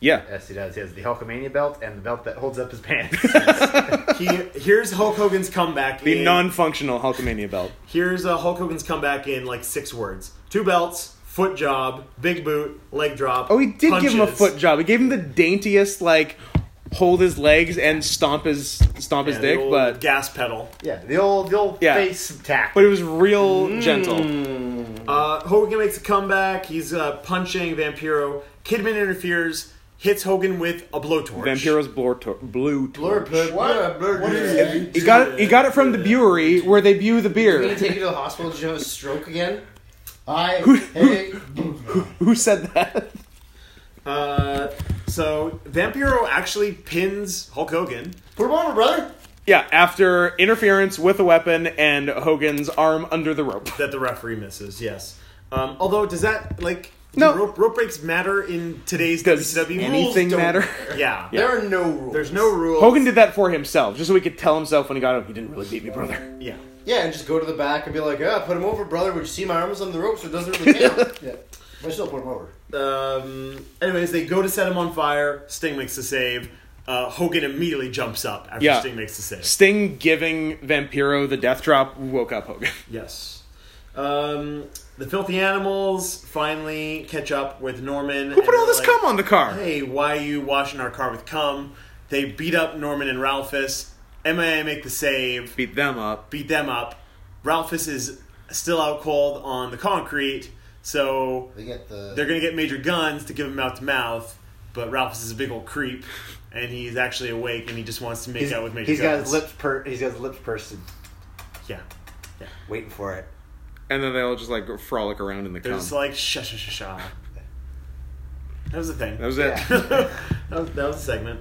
Speaker 1: Yeah,
Speaker 4: Yes, he does. He has the Hulkamania belt and the belt that holds up
Speaker 5: [laughs]
Speaker 4: his pants.
Speaker 2: He here's Hulk Hogan's comeback.
Speaker 1: the
Speaker 2: in-
Speaker 1: non-functional Hulkamania belt.
Speaker 2: Here's uh, Hulk Hogan's comeback in like six words: two belts, foot job, big boot, leg drop.
Speaker 1: Oh, he did give him a
Speaker 2: punches.
Speaker 1: foot job. He gave him the daintiest, like, hold his legs and stomp his stomp his
Speaker 2: Yeah, the
Speaker 1: dick,
Speaker 2: old
Speaker 1: but
Speaker 2: gas pedal.
Speaker 4: yeah, the old the old
Speaker 1: Yeah.
Speaker 4: face tack.
Speaker 1: but it was real
Speaker 2: Mm.
Speaker 1: gentle.
Speaker 2: Uh, Hogan makes a comeback. He's uh, punching Vampiro. Kidman interferes, hits Hogan with a blowtorch.
Speaker 1: Vampiro's blur tor- blue torch.
Speaker 3: What? What is it?
Speaker 1: He got it. He got it from the brewery where they brew the
Speaker 3: Did
Speaker 2: [laughs]
Speaker 3: he
Speaker 1: beer.
Speaker 3: take you to the hospital? Did you have a stroke again?
Speaker 5: I
Speaker 1: Who said that?
Speaker 2: Uh, so Vampiro actually pins Hulk Hogan.
Speaker 5: put him on, brother.
Speaker 1: Yeah, after interference with a weapon and Hogan's arm under the rope.
Speaker 2: that the referee misses. Yes. Um, although, does that like do
Speaker 1: No.
Speaker 2: rope, rope breaks matter in today's
Speaker 1: Does
Speaker 2: WCW?
Speaker 1: anything
Speaker 2: Rules don't-
Speaker 1: matter?
Speaker 2: [laughs] Yeah.
Speaker 3: There are no rules.
Speaker 2: There's no rules.
Speaker 1: Hogan did that for himself, just so he could tell himself when he got home, he didn't really beat me, brother.
Speaker 2: Yeah.
Speaker 3: Yeah, and just go to the back and be like, "Yeah, put him over, brother. Would you see my arms on the rope? So it doesn't
Speaker 1: [laughs]
Speaker 3: really count."
Speaker 5: Yeah, but I still put him over.
Speaker 2: Um, anyways, they go to set him on fire. Sting makes the save. Uh, Hogan immediately jumps up after
Speaker 1: Yeah.
Speaker 2: Sting makes the save.
Speaker 1: Sting giving Vampiro the death drop woke up Hogan.
Speaker 2: Yes. Um, the filthy animals finally catch up with Norman.
Speaker 1: Who put all this cum on the car?
Speaker 2: Hey, why you washing our car with cum? They beat up Norman and Ralphus. MMA make the save.
Speaker 1: Beat them up.
Speaker 2: beat them up. Ralphus is still out cold on the concrete, so
Speaker 5: They get the.
Speaker 2: they're gonna get Major Guns to give him mouth to mouth. But Ralphus is a big old creep, and he's actually awake, and he just wants to make
Speaker 4: he's,
Speaker 2: out with Major
Speaker 4: he's got
Speaker 2: Guns.
Speaker 4: his lips per. He's got his lips pursed,
Speaker 2: Yeah, yeah.
Speaker 4: waiting for it.
Speaker 1: And then they all just like frolic around in the
Speaker 2: They're
Speaker 1: cum.
Speaker 2: just like sha sha sha sha. That was the thing.
Speaker 1: that was
Speaker 4: Yeah.
Speaker 1: it.
Speaker 2: that, was, [laughs] that was a segment.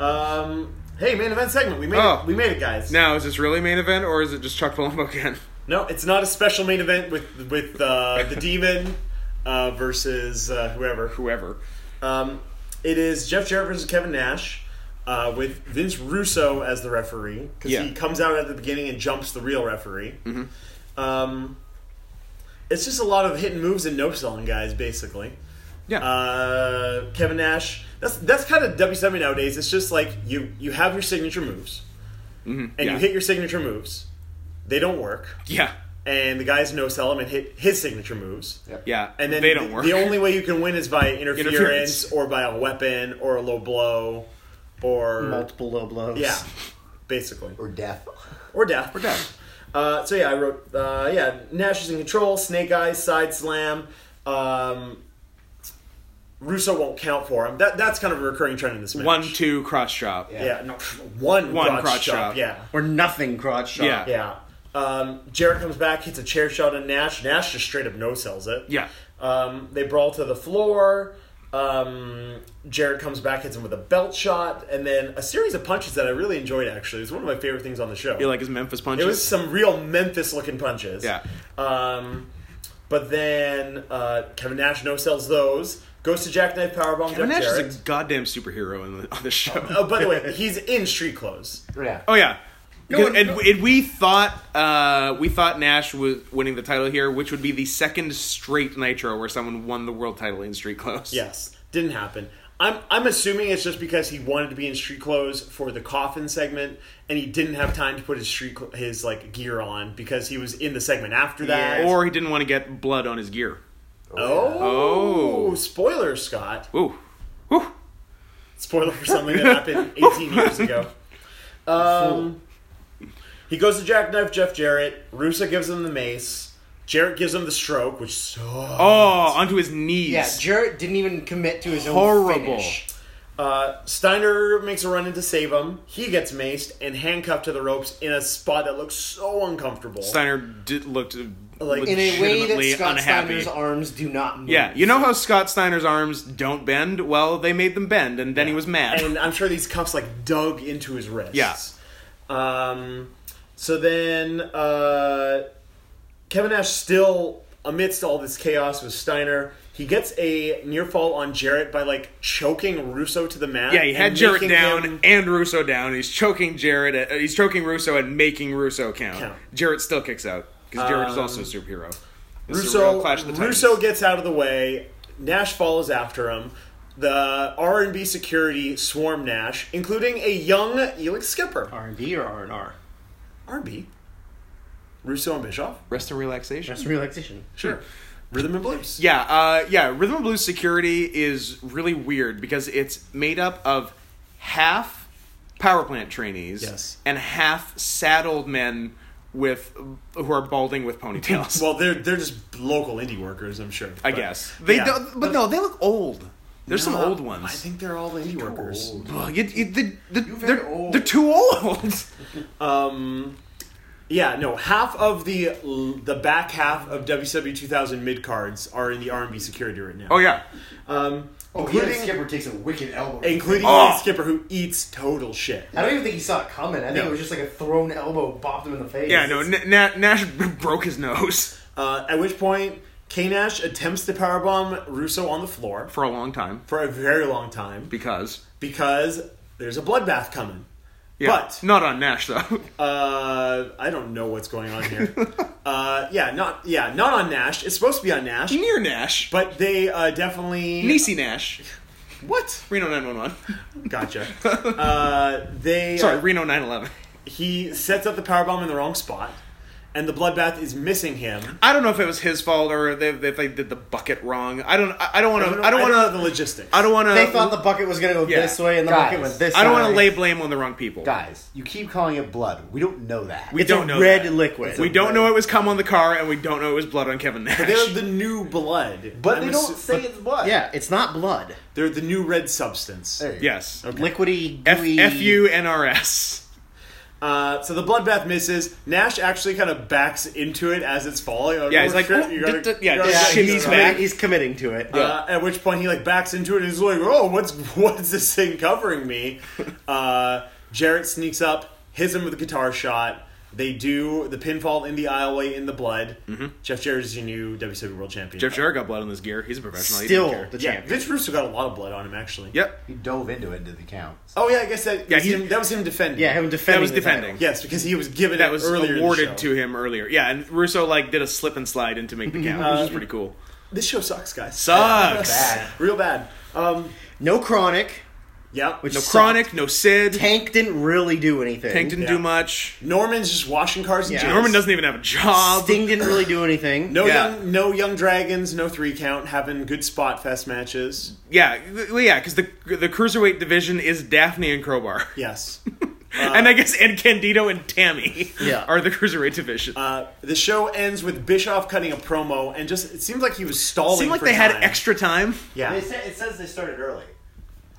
Speaker 2: Um, hey, main event segment. We made
Speaker 1: Oh.
Speaker 2: it. We made it, guys.
Speaker 1: [laughs] now, is this really main event or is it just Chuck Palumbo again?
Speaker 2: No, it's not a special main event with with uh, the [laughs] demon uh, versus uh, whoever.
Speaker 1: Whoever.
Speaker 2: Um, it is Jeff Jarrett versus Kevin Nash uh, with Vince Russo as the referee because
Speaker 1: Yeah.
Speaker 2: he comes out at the beginning and jumps the real referee.
Speaker 1: Mm-hmm.
Speaker 2: Um, it's just a lot of hitting moves and no selling guys, basically.
Speaker 1: Yeah.
Speaker 2: Uh, Kevin Nash. That's that's kind of W7 E nowadays. It's just like you you have your signature moves and
Speaker 1: mm-hmm. yeah.
Speaker 2: you hit your signature moves. They don't work,
Speaker 1: yeah.
Speaker 2: and the guys no sell them and hit his signature moves.
Speaker 1: Yeah.
Speaker 2: And then
Speaker 1: they
Speaker 2: the,
Speaker 1: don't work.
Speaker 2: The only way you can win is by interference,
Speaker 1: [laughs] Interference.
Speaker 2: or by a weapon or a low blow or
Speaker 5: multiple low blows.
Speaker 2: yeah, basically
Speaker 5: or death.
Speaker 2: or death or death. Uh, so yeah, I wrote uh, yeah Nash is in control, Snake Eyes side slam. Um, Russo won't count for him. That that's kind of a recurring trend in this
Speaker 1: [laughs]
Speaker 2: match.
Speaker 1: One, two, cross chop.
Speaker 2: yeah, no, one,
Speaker 1: One
Speaker 2: crotch,
Speaker 1: crotch
Speaker 2: chop.
Speaker 1: chop.
Speaker 2: yeah,
Speaker 5: Or nothing crotch shot.
Speaker 1: Yeah.
Speaker 2: yeah. Um, Jarrett comes back, hits a chair shot on Nash. Nash just straight up no sells it.
Speaker 1: Yeah.
Speaker 2: Um, they brawl to the floor. Um, Jarrett comes back, hits him with a belt shot, and then a series of punches that I really enjoyed. Actually, it was one of my favorite things on the show.
Speaker 1: You like his Memphis punches?
Speaker 2: It was some real Memphis looking punches.
Speaker 1: Yeah.
Speaker 2: Um, but then uh, Kevin Nash no sells those. Goes to Jackknife Powerbomb.
Speaker 1: Kevin
Speaker 2: Jeff
Speaker 1: Nash
Speaker 2: Jarrett.
Speaker 1: is a goddamn superhero in the, on the show.
Speaker 2: [laughs]
Speaker 1: [laughs]
Speaker 2: Oh, by the way, he's in street clothes.
Speaker 4: Yeah.
Speaker 1: Oh yeah.
Speaker 5: No,
Speaker 1: and,
Speaker 5: no.
Speaker 1: and we thought uh, we thought Nash was winning the title here, which would be the second straight Nitro where someone won the world title in street clothes. [laughs]
Speaker 2: Yes, didn't happen. I'm I'm assuming it's just because he wanted to be in street clothes for the coffin segment, and he didn't have time to put his street cl- his like gear on because he was in the segment after that.
Speaker 1: Or he didn't want to get blood on his gear.
Speaker 2: oh,
Speaker 1: Oh.
Speaker 2: spoiler, Scott.
Speaker 1: Ooh, Woo.
Speaker 2: Spoiler for something
Speaker 1: [laughs]
Speaker 2: that happened 18 years ago. Um, he goes to jackknife Jeff Jarrett. Rusa gives him the mace. Jarrett gives him the stroke, which sucks.
Speaker 1: Oh, onto his knees.
Speaker 3: Yeah, Jarrett didn't even commit to his
Speaker 1: Horrible.
Speaker 3: own finish.
Speaker 2: Uh, Steiner makes a run in to save him. He gets maced and handcuffed to the ropes in a spot that looks so uncomfortable.
Speaker 1: Steiner did, looked
Speaker 2: Like,
Speaker 3: In a way
Speaker 1: legitimately
Speaker 3: that Scott
Speaker 1: unhappy.
Speaker 3: Steiner's arms do not move.
Speaker 1: yeah, you know how Scott Steiner's arms don't bend? Well, they made them bend, and then he was mad.
Speaker 2: and I'm sure these cuffs like dug into his wrists.
Speaker 1: Yeah.
Speaker 2: Um, so then uh, Kevin Nash still amidst all this chaos with Steiner. He gets a near fall on Jarrett by like choking Russo to the mat.
Speaker 1: yeah, he [laughs] had
Speaker 2: and
Speaker 1: Jarrett
Speaker 2: making
Speaker 1: down
Speaker 2: him-
Speaker 1: and Russo down. He's choking Jarrett. uh, he's choking Russo and making Russo count.
Speaker 2: Count. Um,
Speaker 1: Jarrett still kicks out because Jarrett is also a superhero. This is a
Speaker 2: Russo
Speaker 1: real Clash of the Titans.
Speaker 2: Russo gets out of the way. Nash follows after him. The R and B security swarm Nash, including a young Elix Skipper.
Speaker 5: R and D or R and R.
Speaker 2: R and B. Russo and Bischoff.
Speaker 1: rest and relaxation.
Speaker 5: That's relaxation.
Speaker 2: Sure. Rhythm and blues.
Speaker 1: Yeah, uh, yeah. Rhythm and blues security is really weird because it's made up of half power plant trainees
Speaker 2: Yes.
Speaker 1: and half sad old men with who are balding with
Speaker 2: [laughs]
Speaker 1: ponytails.
Speaker 2: Well, they're they're just local indie workers, I'm sure.
Speaker 1: I guess they
Speaker 2: yeah.
Speaker 1: don't, but, no, they look old. There's some old ones.
Speaker 2: I think they're all indie workers.
Speaker 1: Ugh, you- you- the- the-
Speaker 3: very
Speaker 1: they're,
Speaker 3: old.
Speaker 1: they're too old.
Speaker 2: Yeah, no. Half of the the back half of E WW 2000 mid cards are in the R&B security right now.
Speaker 1: oh yeah,
Speaker 2: Um,
Speaker 5: Oh, yeah,
Speaker 2: including
Speaker 5: Skipper takes a wicked elbow.
Speaker 2: including
Speaker 1: Oh.
Speaker 2: Ian Skipper who eats total shit.
Speaker 3: I don't even think he saw it coming. I think
Speaker 2: No.
Speaker 3: it was just like a thrown elbow bopped him in the face.
Speaker 1: yeah. No, N- Na- Nash [laughs] broke his nose
Speaker 2: Uh, at which point, K Nash attempts to powerbomb Russo on the floor
Speaker 1: for a long time
Speaker 2: for a very long time
Speaker 1: because
Speaker 2: because there's a bloodbath coming.
Speaker 1: yeah,
Speaker 2: But
Speaker 1: not on Nash though. [laughs]
Speaker 2: uh, I don't know what's going on here. uh, yeah, not yeah, not on Nash. It's supposed to be on Nash,
Speaker 1: Near Nash, but
Speaker 2: but they uh, definitely
Speaker 1: Nisi Nash.
Speaker 2: what?
Speaker 1: Reno 911. [laughs]
Speaker 2: Gotcha. uh, they
Speaker 1: Sorry, Reno 911.
Speaker 2: he sets up the powerbomb in the wrong spot, and the bloodbath is missing him.
Speaker 1: I don't know if it was his fault or if they, if they did the bucket wrong. I don't. I I don't want
Speaker 2: I don't,
Speaker 1: to. I don't
Speaker 2: know the
Speaker 1: want to.
Speaker 2: logistics.
Speaker 1: I don't want to.
Speaker 3: They thought the bucket was going to go
Speaker 1: Yeah.
Speaker 3: this way and the
Speaker 4: Guys.
Speaker 3: bucket went this
Speaker 1: I don't want
Speaker 3: way.
Speaker 1: to lay blame on the wrong people.
Speaker 4: Guys, you keep calling it blood. We don't know that.
Speaker 1: We
Speaker 5: It's
Speaker 1: don't
Speaker 5: a
Speaker 1: know.
Speaker 5: red
Speaker 1: that.
Speaker 5: liquid. It's a
Speaker 1: We don't know it was cum on the car, and we don't know it was blood on Kevin Nash.
Speaker 2: They're the new blood,
Speaker 4: but
Speaker 2: I'm
Speaker 4: they don't
Speaker 2: assu-
Speaker 4: say it's blood.
Speaker 5: Yeah, it's not blood.
Speaker 2: They're the new red substance.
Speaker 4: There you go.
Speaker 1: [laughs] yes.
Speaker 5: Liquidy,
Speaker 1: F
Speaker 5: gooey.
Speaker 1: F U N R S.
Speaker 2: Uh, so the bloodbath misses. Nash actually kind of backs into it as it's falling. Like,
Speaker 1: Yeah, he's
Speaker 2: oh,
Speaker 1: like,
Speaker 2: shit,
Speaker 1: oh,
Speaker 2: you gotta-
Speaker 1: d- d- yeah,
Speaker 2: you gotta
Speaker 1: just
Speaker 2: get
Speaker 1: shimmies
Speaker 2: this
Speaker 5: he's,
Speaker 2: right.
Speaker 1: back.
Speaker 5: commi- he's committing to it.
Speaker 2: Uh, at which point he like backs into it and he's like, "Oh, what's [laughs] what's this thing
Speaker 1: [laughs]
Speaker 2: covering me?" Uh, Jarrett sneaks up, hits him with a guitar shot. They do the pinfall in the aisleway in the blood. Jeff Jarrett is your new WCW World Champion.
Speaker 1: Mm-hmm. Jeff Jarrett got blood on his gear. He's a professional. He
Speaker 5: Still
Speaker 1: didn't care.
Speaker 5: the
Speaker 2: yeah,
Speaker 5: champion.
Speaker 2: Vince Russo got a lot of blood on him actually.
Speaker 1: Yep.
Speaker 4: He dove into it and did the count.
Speaker 2: Oh yeah, I guess that
Speaker 1: Yeah,
Speaker 2: was
Speaker 1: he-
Speaker 2: him, that was him defending.
Speaker 5: Yeah, him defending.
Speaker 1: That was
Speaker 5: the title.
Speaker 1: defending.
Speaker 2: Yes, because he was given
Speaker 1: That
Speaker 2: it
Speaker 1: was
Speaker 2: earlier in the show.
Speaker 1: awarded to him earlier. Yeah, and Russo like did a slip and slide in to make the count, which is pretty cool.
Speaker 2: This show sucks, guys.
Speaker 1: Sucks.
Speaker 4: Bad.
Speaker 2: Real bad. Um,
Speaker 5: No chronic.
Speaker 2: yeah.
Speaker 5: Which
Speaker 1: No
Speaker 5: sucked.
Speaker 1: chronic. No Sid.
Speaker 5: Tank didn't really do anything.
Speaker 1: Tank didn't
Speaker 2: Yeah.
Speaker 1: do much.
Speaker 2: Norman's just washing cars. And
Speaker 5: Yeah.
Speaker 2: jizz.
Speaker 1: Norman doesn't even have a job.
Speaker 5: Sting didn't really do anything.
Speaker 2: No
Speaker 1: Yeah.
Speaker 2: young, no young dragons, no three count, having good spot fest matches.
Speaker 1: [laughs] Yeah, th- well, yeah, because the the cruiserweight division is Daphne and Crowbar.
Speaker 2: Yes,
Speaker 1: and I guess and Candido and Tammy
Speaker 6: Yeah.
Speaker 1: [laughs] are the cruiserweight division.
Speaker 2: Uh, the show ends with Bischoff cutting a promo, and just it seems like he was stalling.
Speaker 1: Seemed like
Speaker 2: for
Speaker 1: they had
Speaker 2: time.
Speaker 1: extra time.
Speaker 2: Yeah.
Speaker 3: it says they started early.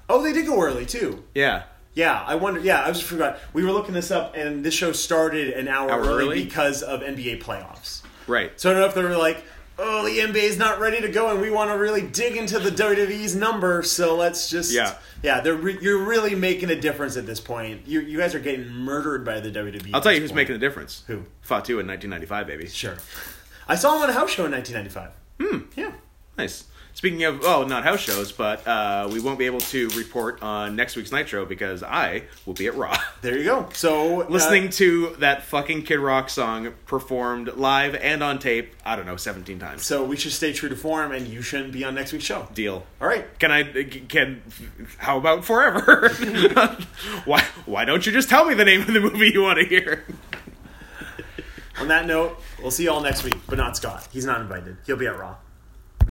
Speaker 2: Oh, they did go early too.
Speaker 1: Yeah.
Speaker 2: Yeah, I wonder. Yeah, I just forgot. We were looking this up, and this show started an hour,
Speaker 1: Hour
Speaker 2: early,
Speaker 1: early?
Speaker 2: because of NBA playoffs.
Speaker 1: Right.
Speaker 2: So I don't know if they were like, "Oh, the NBA is not ready to go, and we want to really dig into the WWE's number, so let's just."
Speaker 1: Yeah.
Speaker 2: yeah. They're re- you're really making a difference at this point. You you guys are getting murdered by the E WWE.
Speaker 1: I'll tell you who's making the difference.
Speaker 2: Who?
Speaker 1: Fatu in 1995, baby.
Speaker 2: Sure. I saw him on a house show in 1995. Hmm. Yeah.
Speaker 1: Nice. Speaking of, oh, not house shows, but uh, we won't be able to report on next week's Nitro because I will be at Raw. [laughs]
Speaker 2: There you go. So uh,
Speaker 1: Listening to that fucking Kid Rock song performed live and on tape, I don't know, 17 times.
Speaker 2: so we should stay true to form, and you shouldn't be on next week's show.
Speaker 1: Deal.
Speaker 2: All right.
Speaker 1: Can I? Can? How about forever? [laughs] why? Why don't you just tell me the name of the movie you want to hear?
Speaker 2: On that note, we'll see you all next week, but not Scott. He's not invited. He'll be at Raw.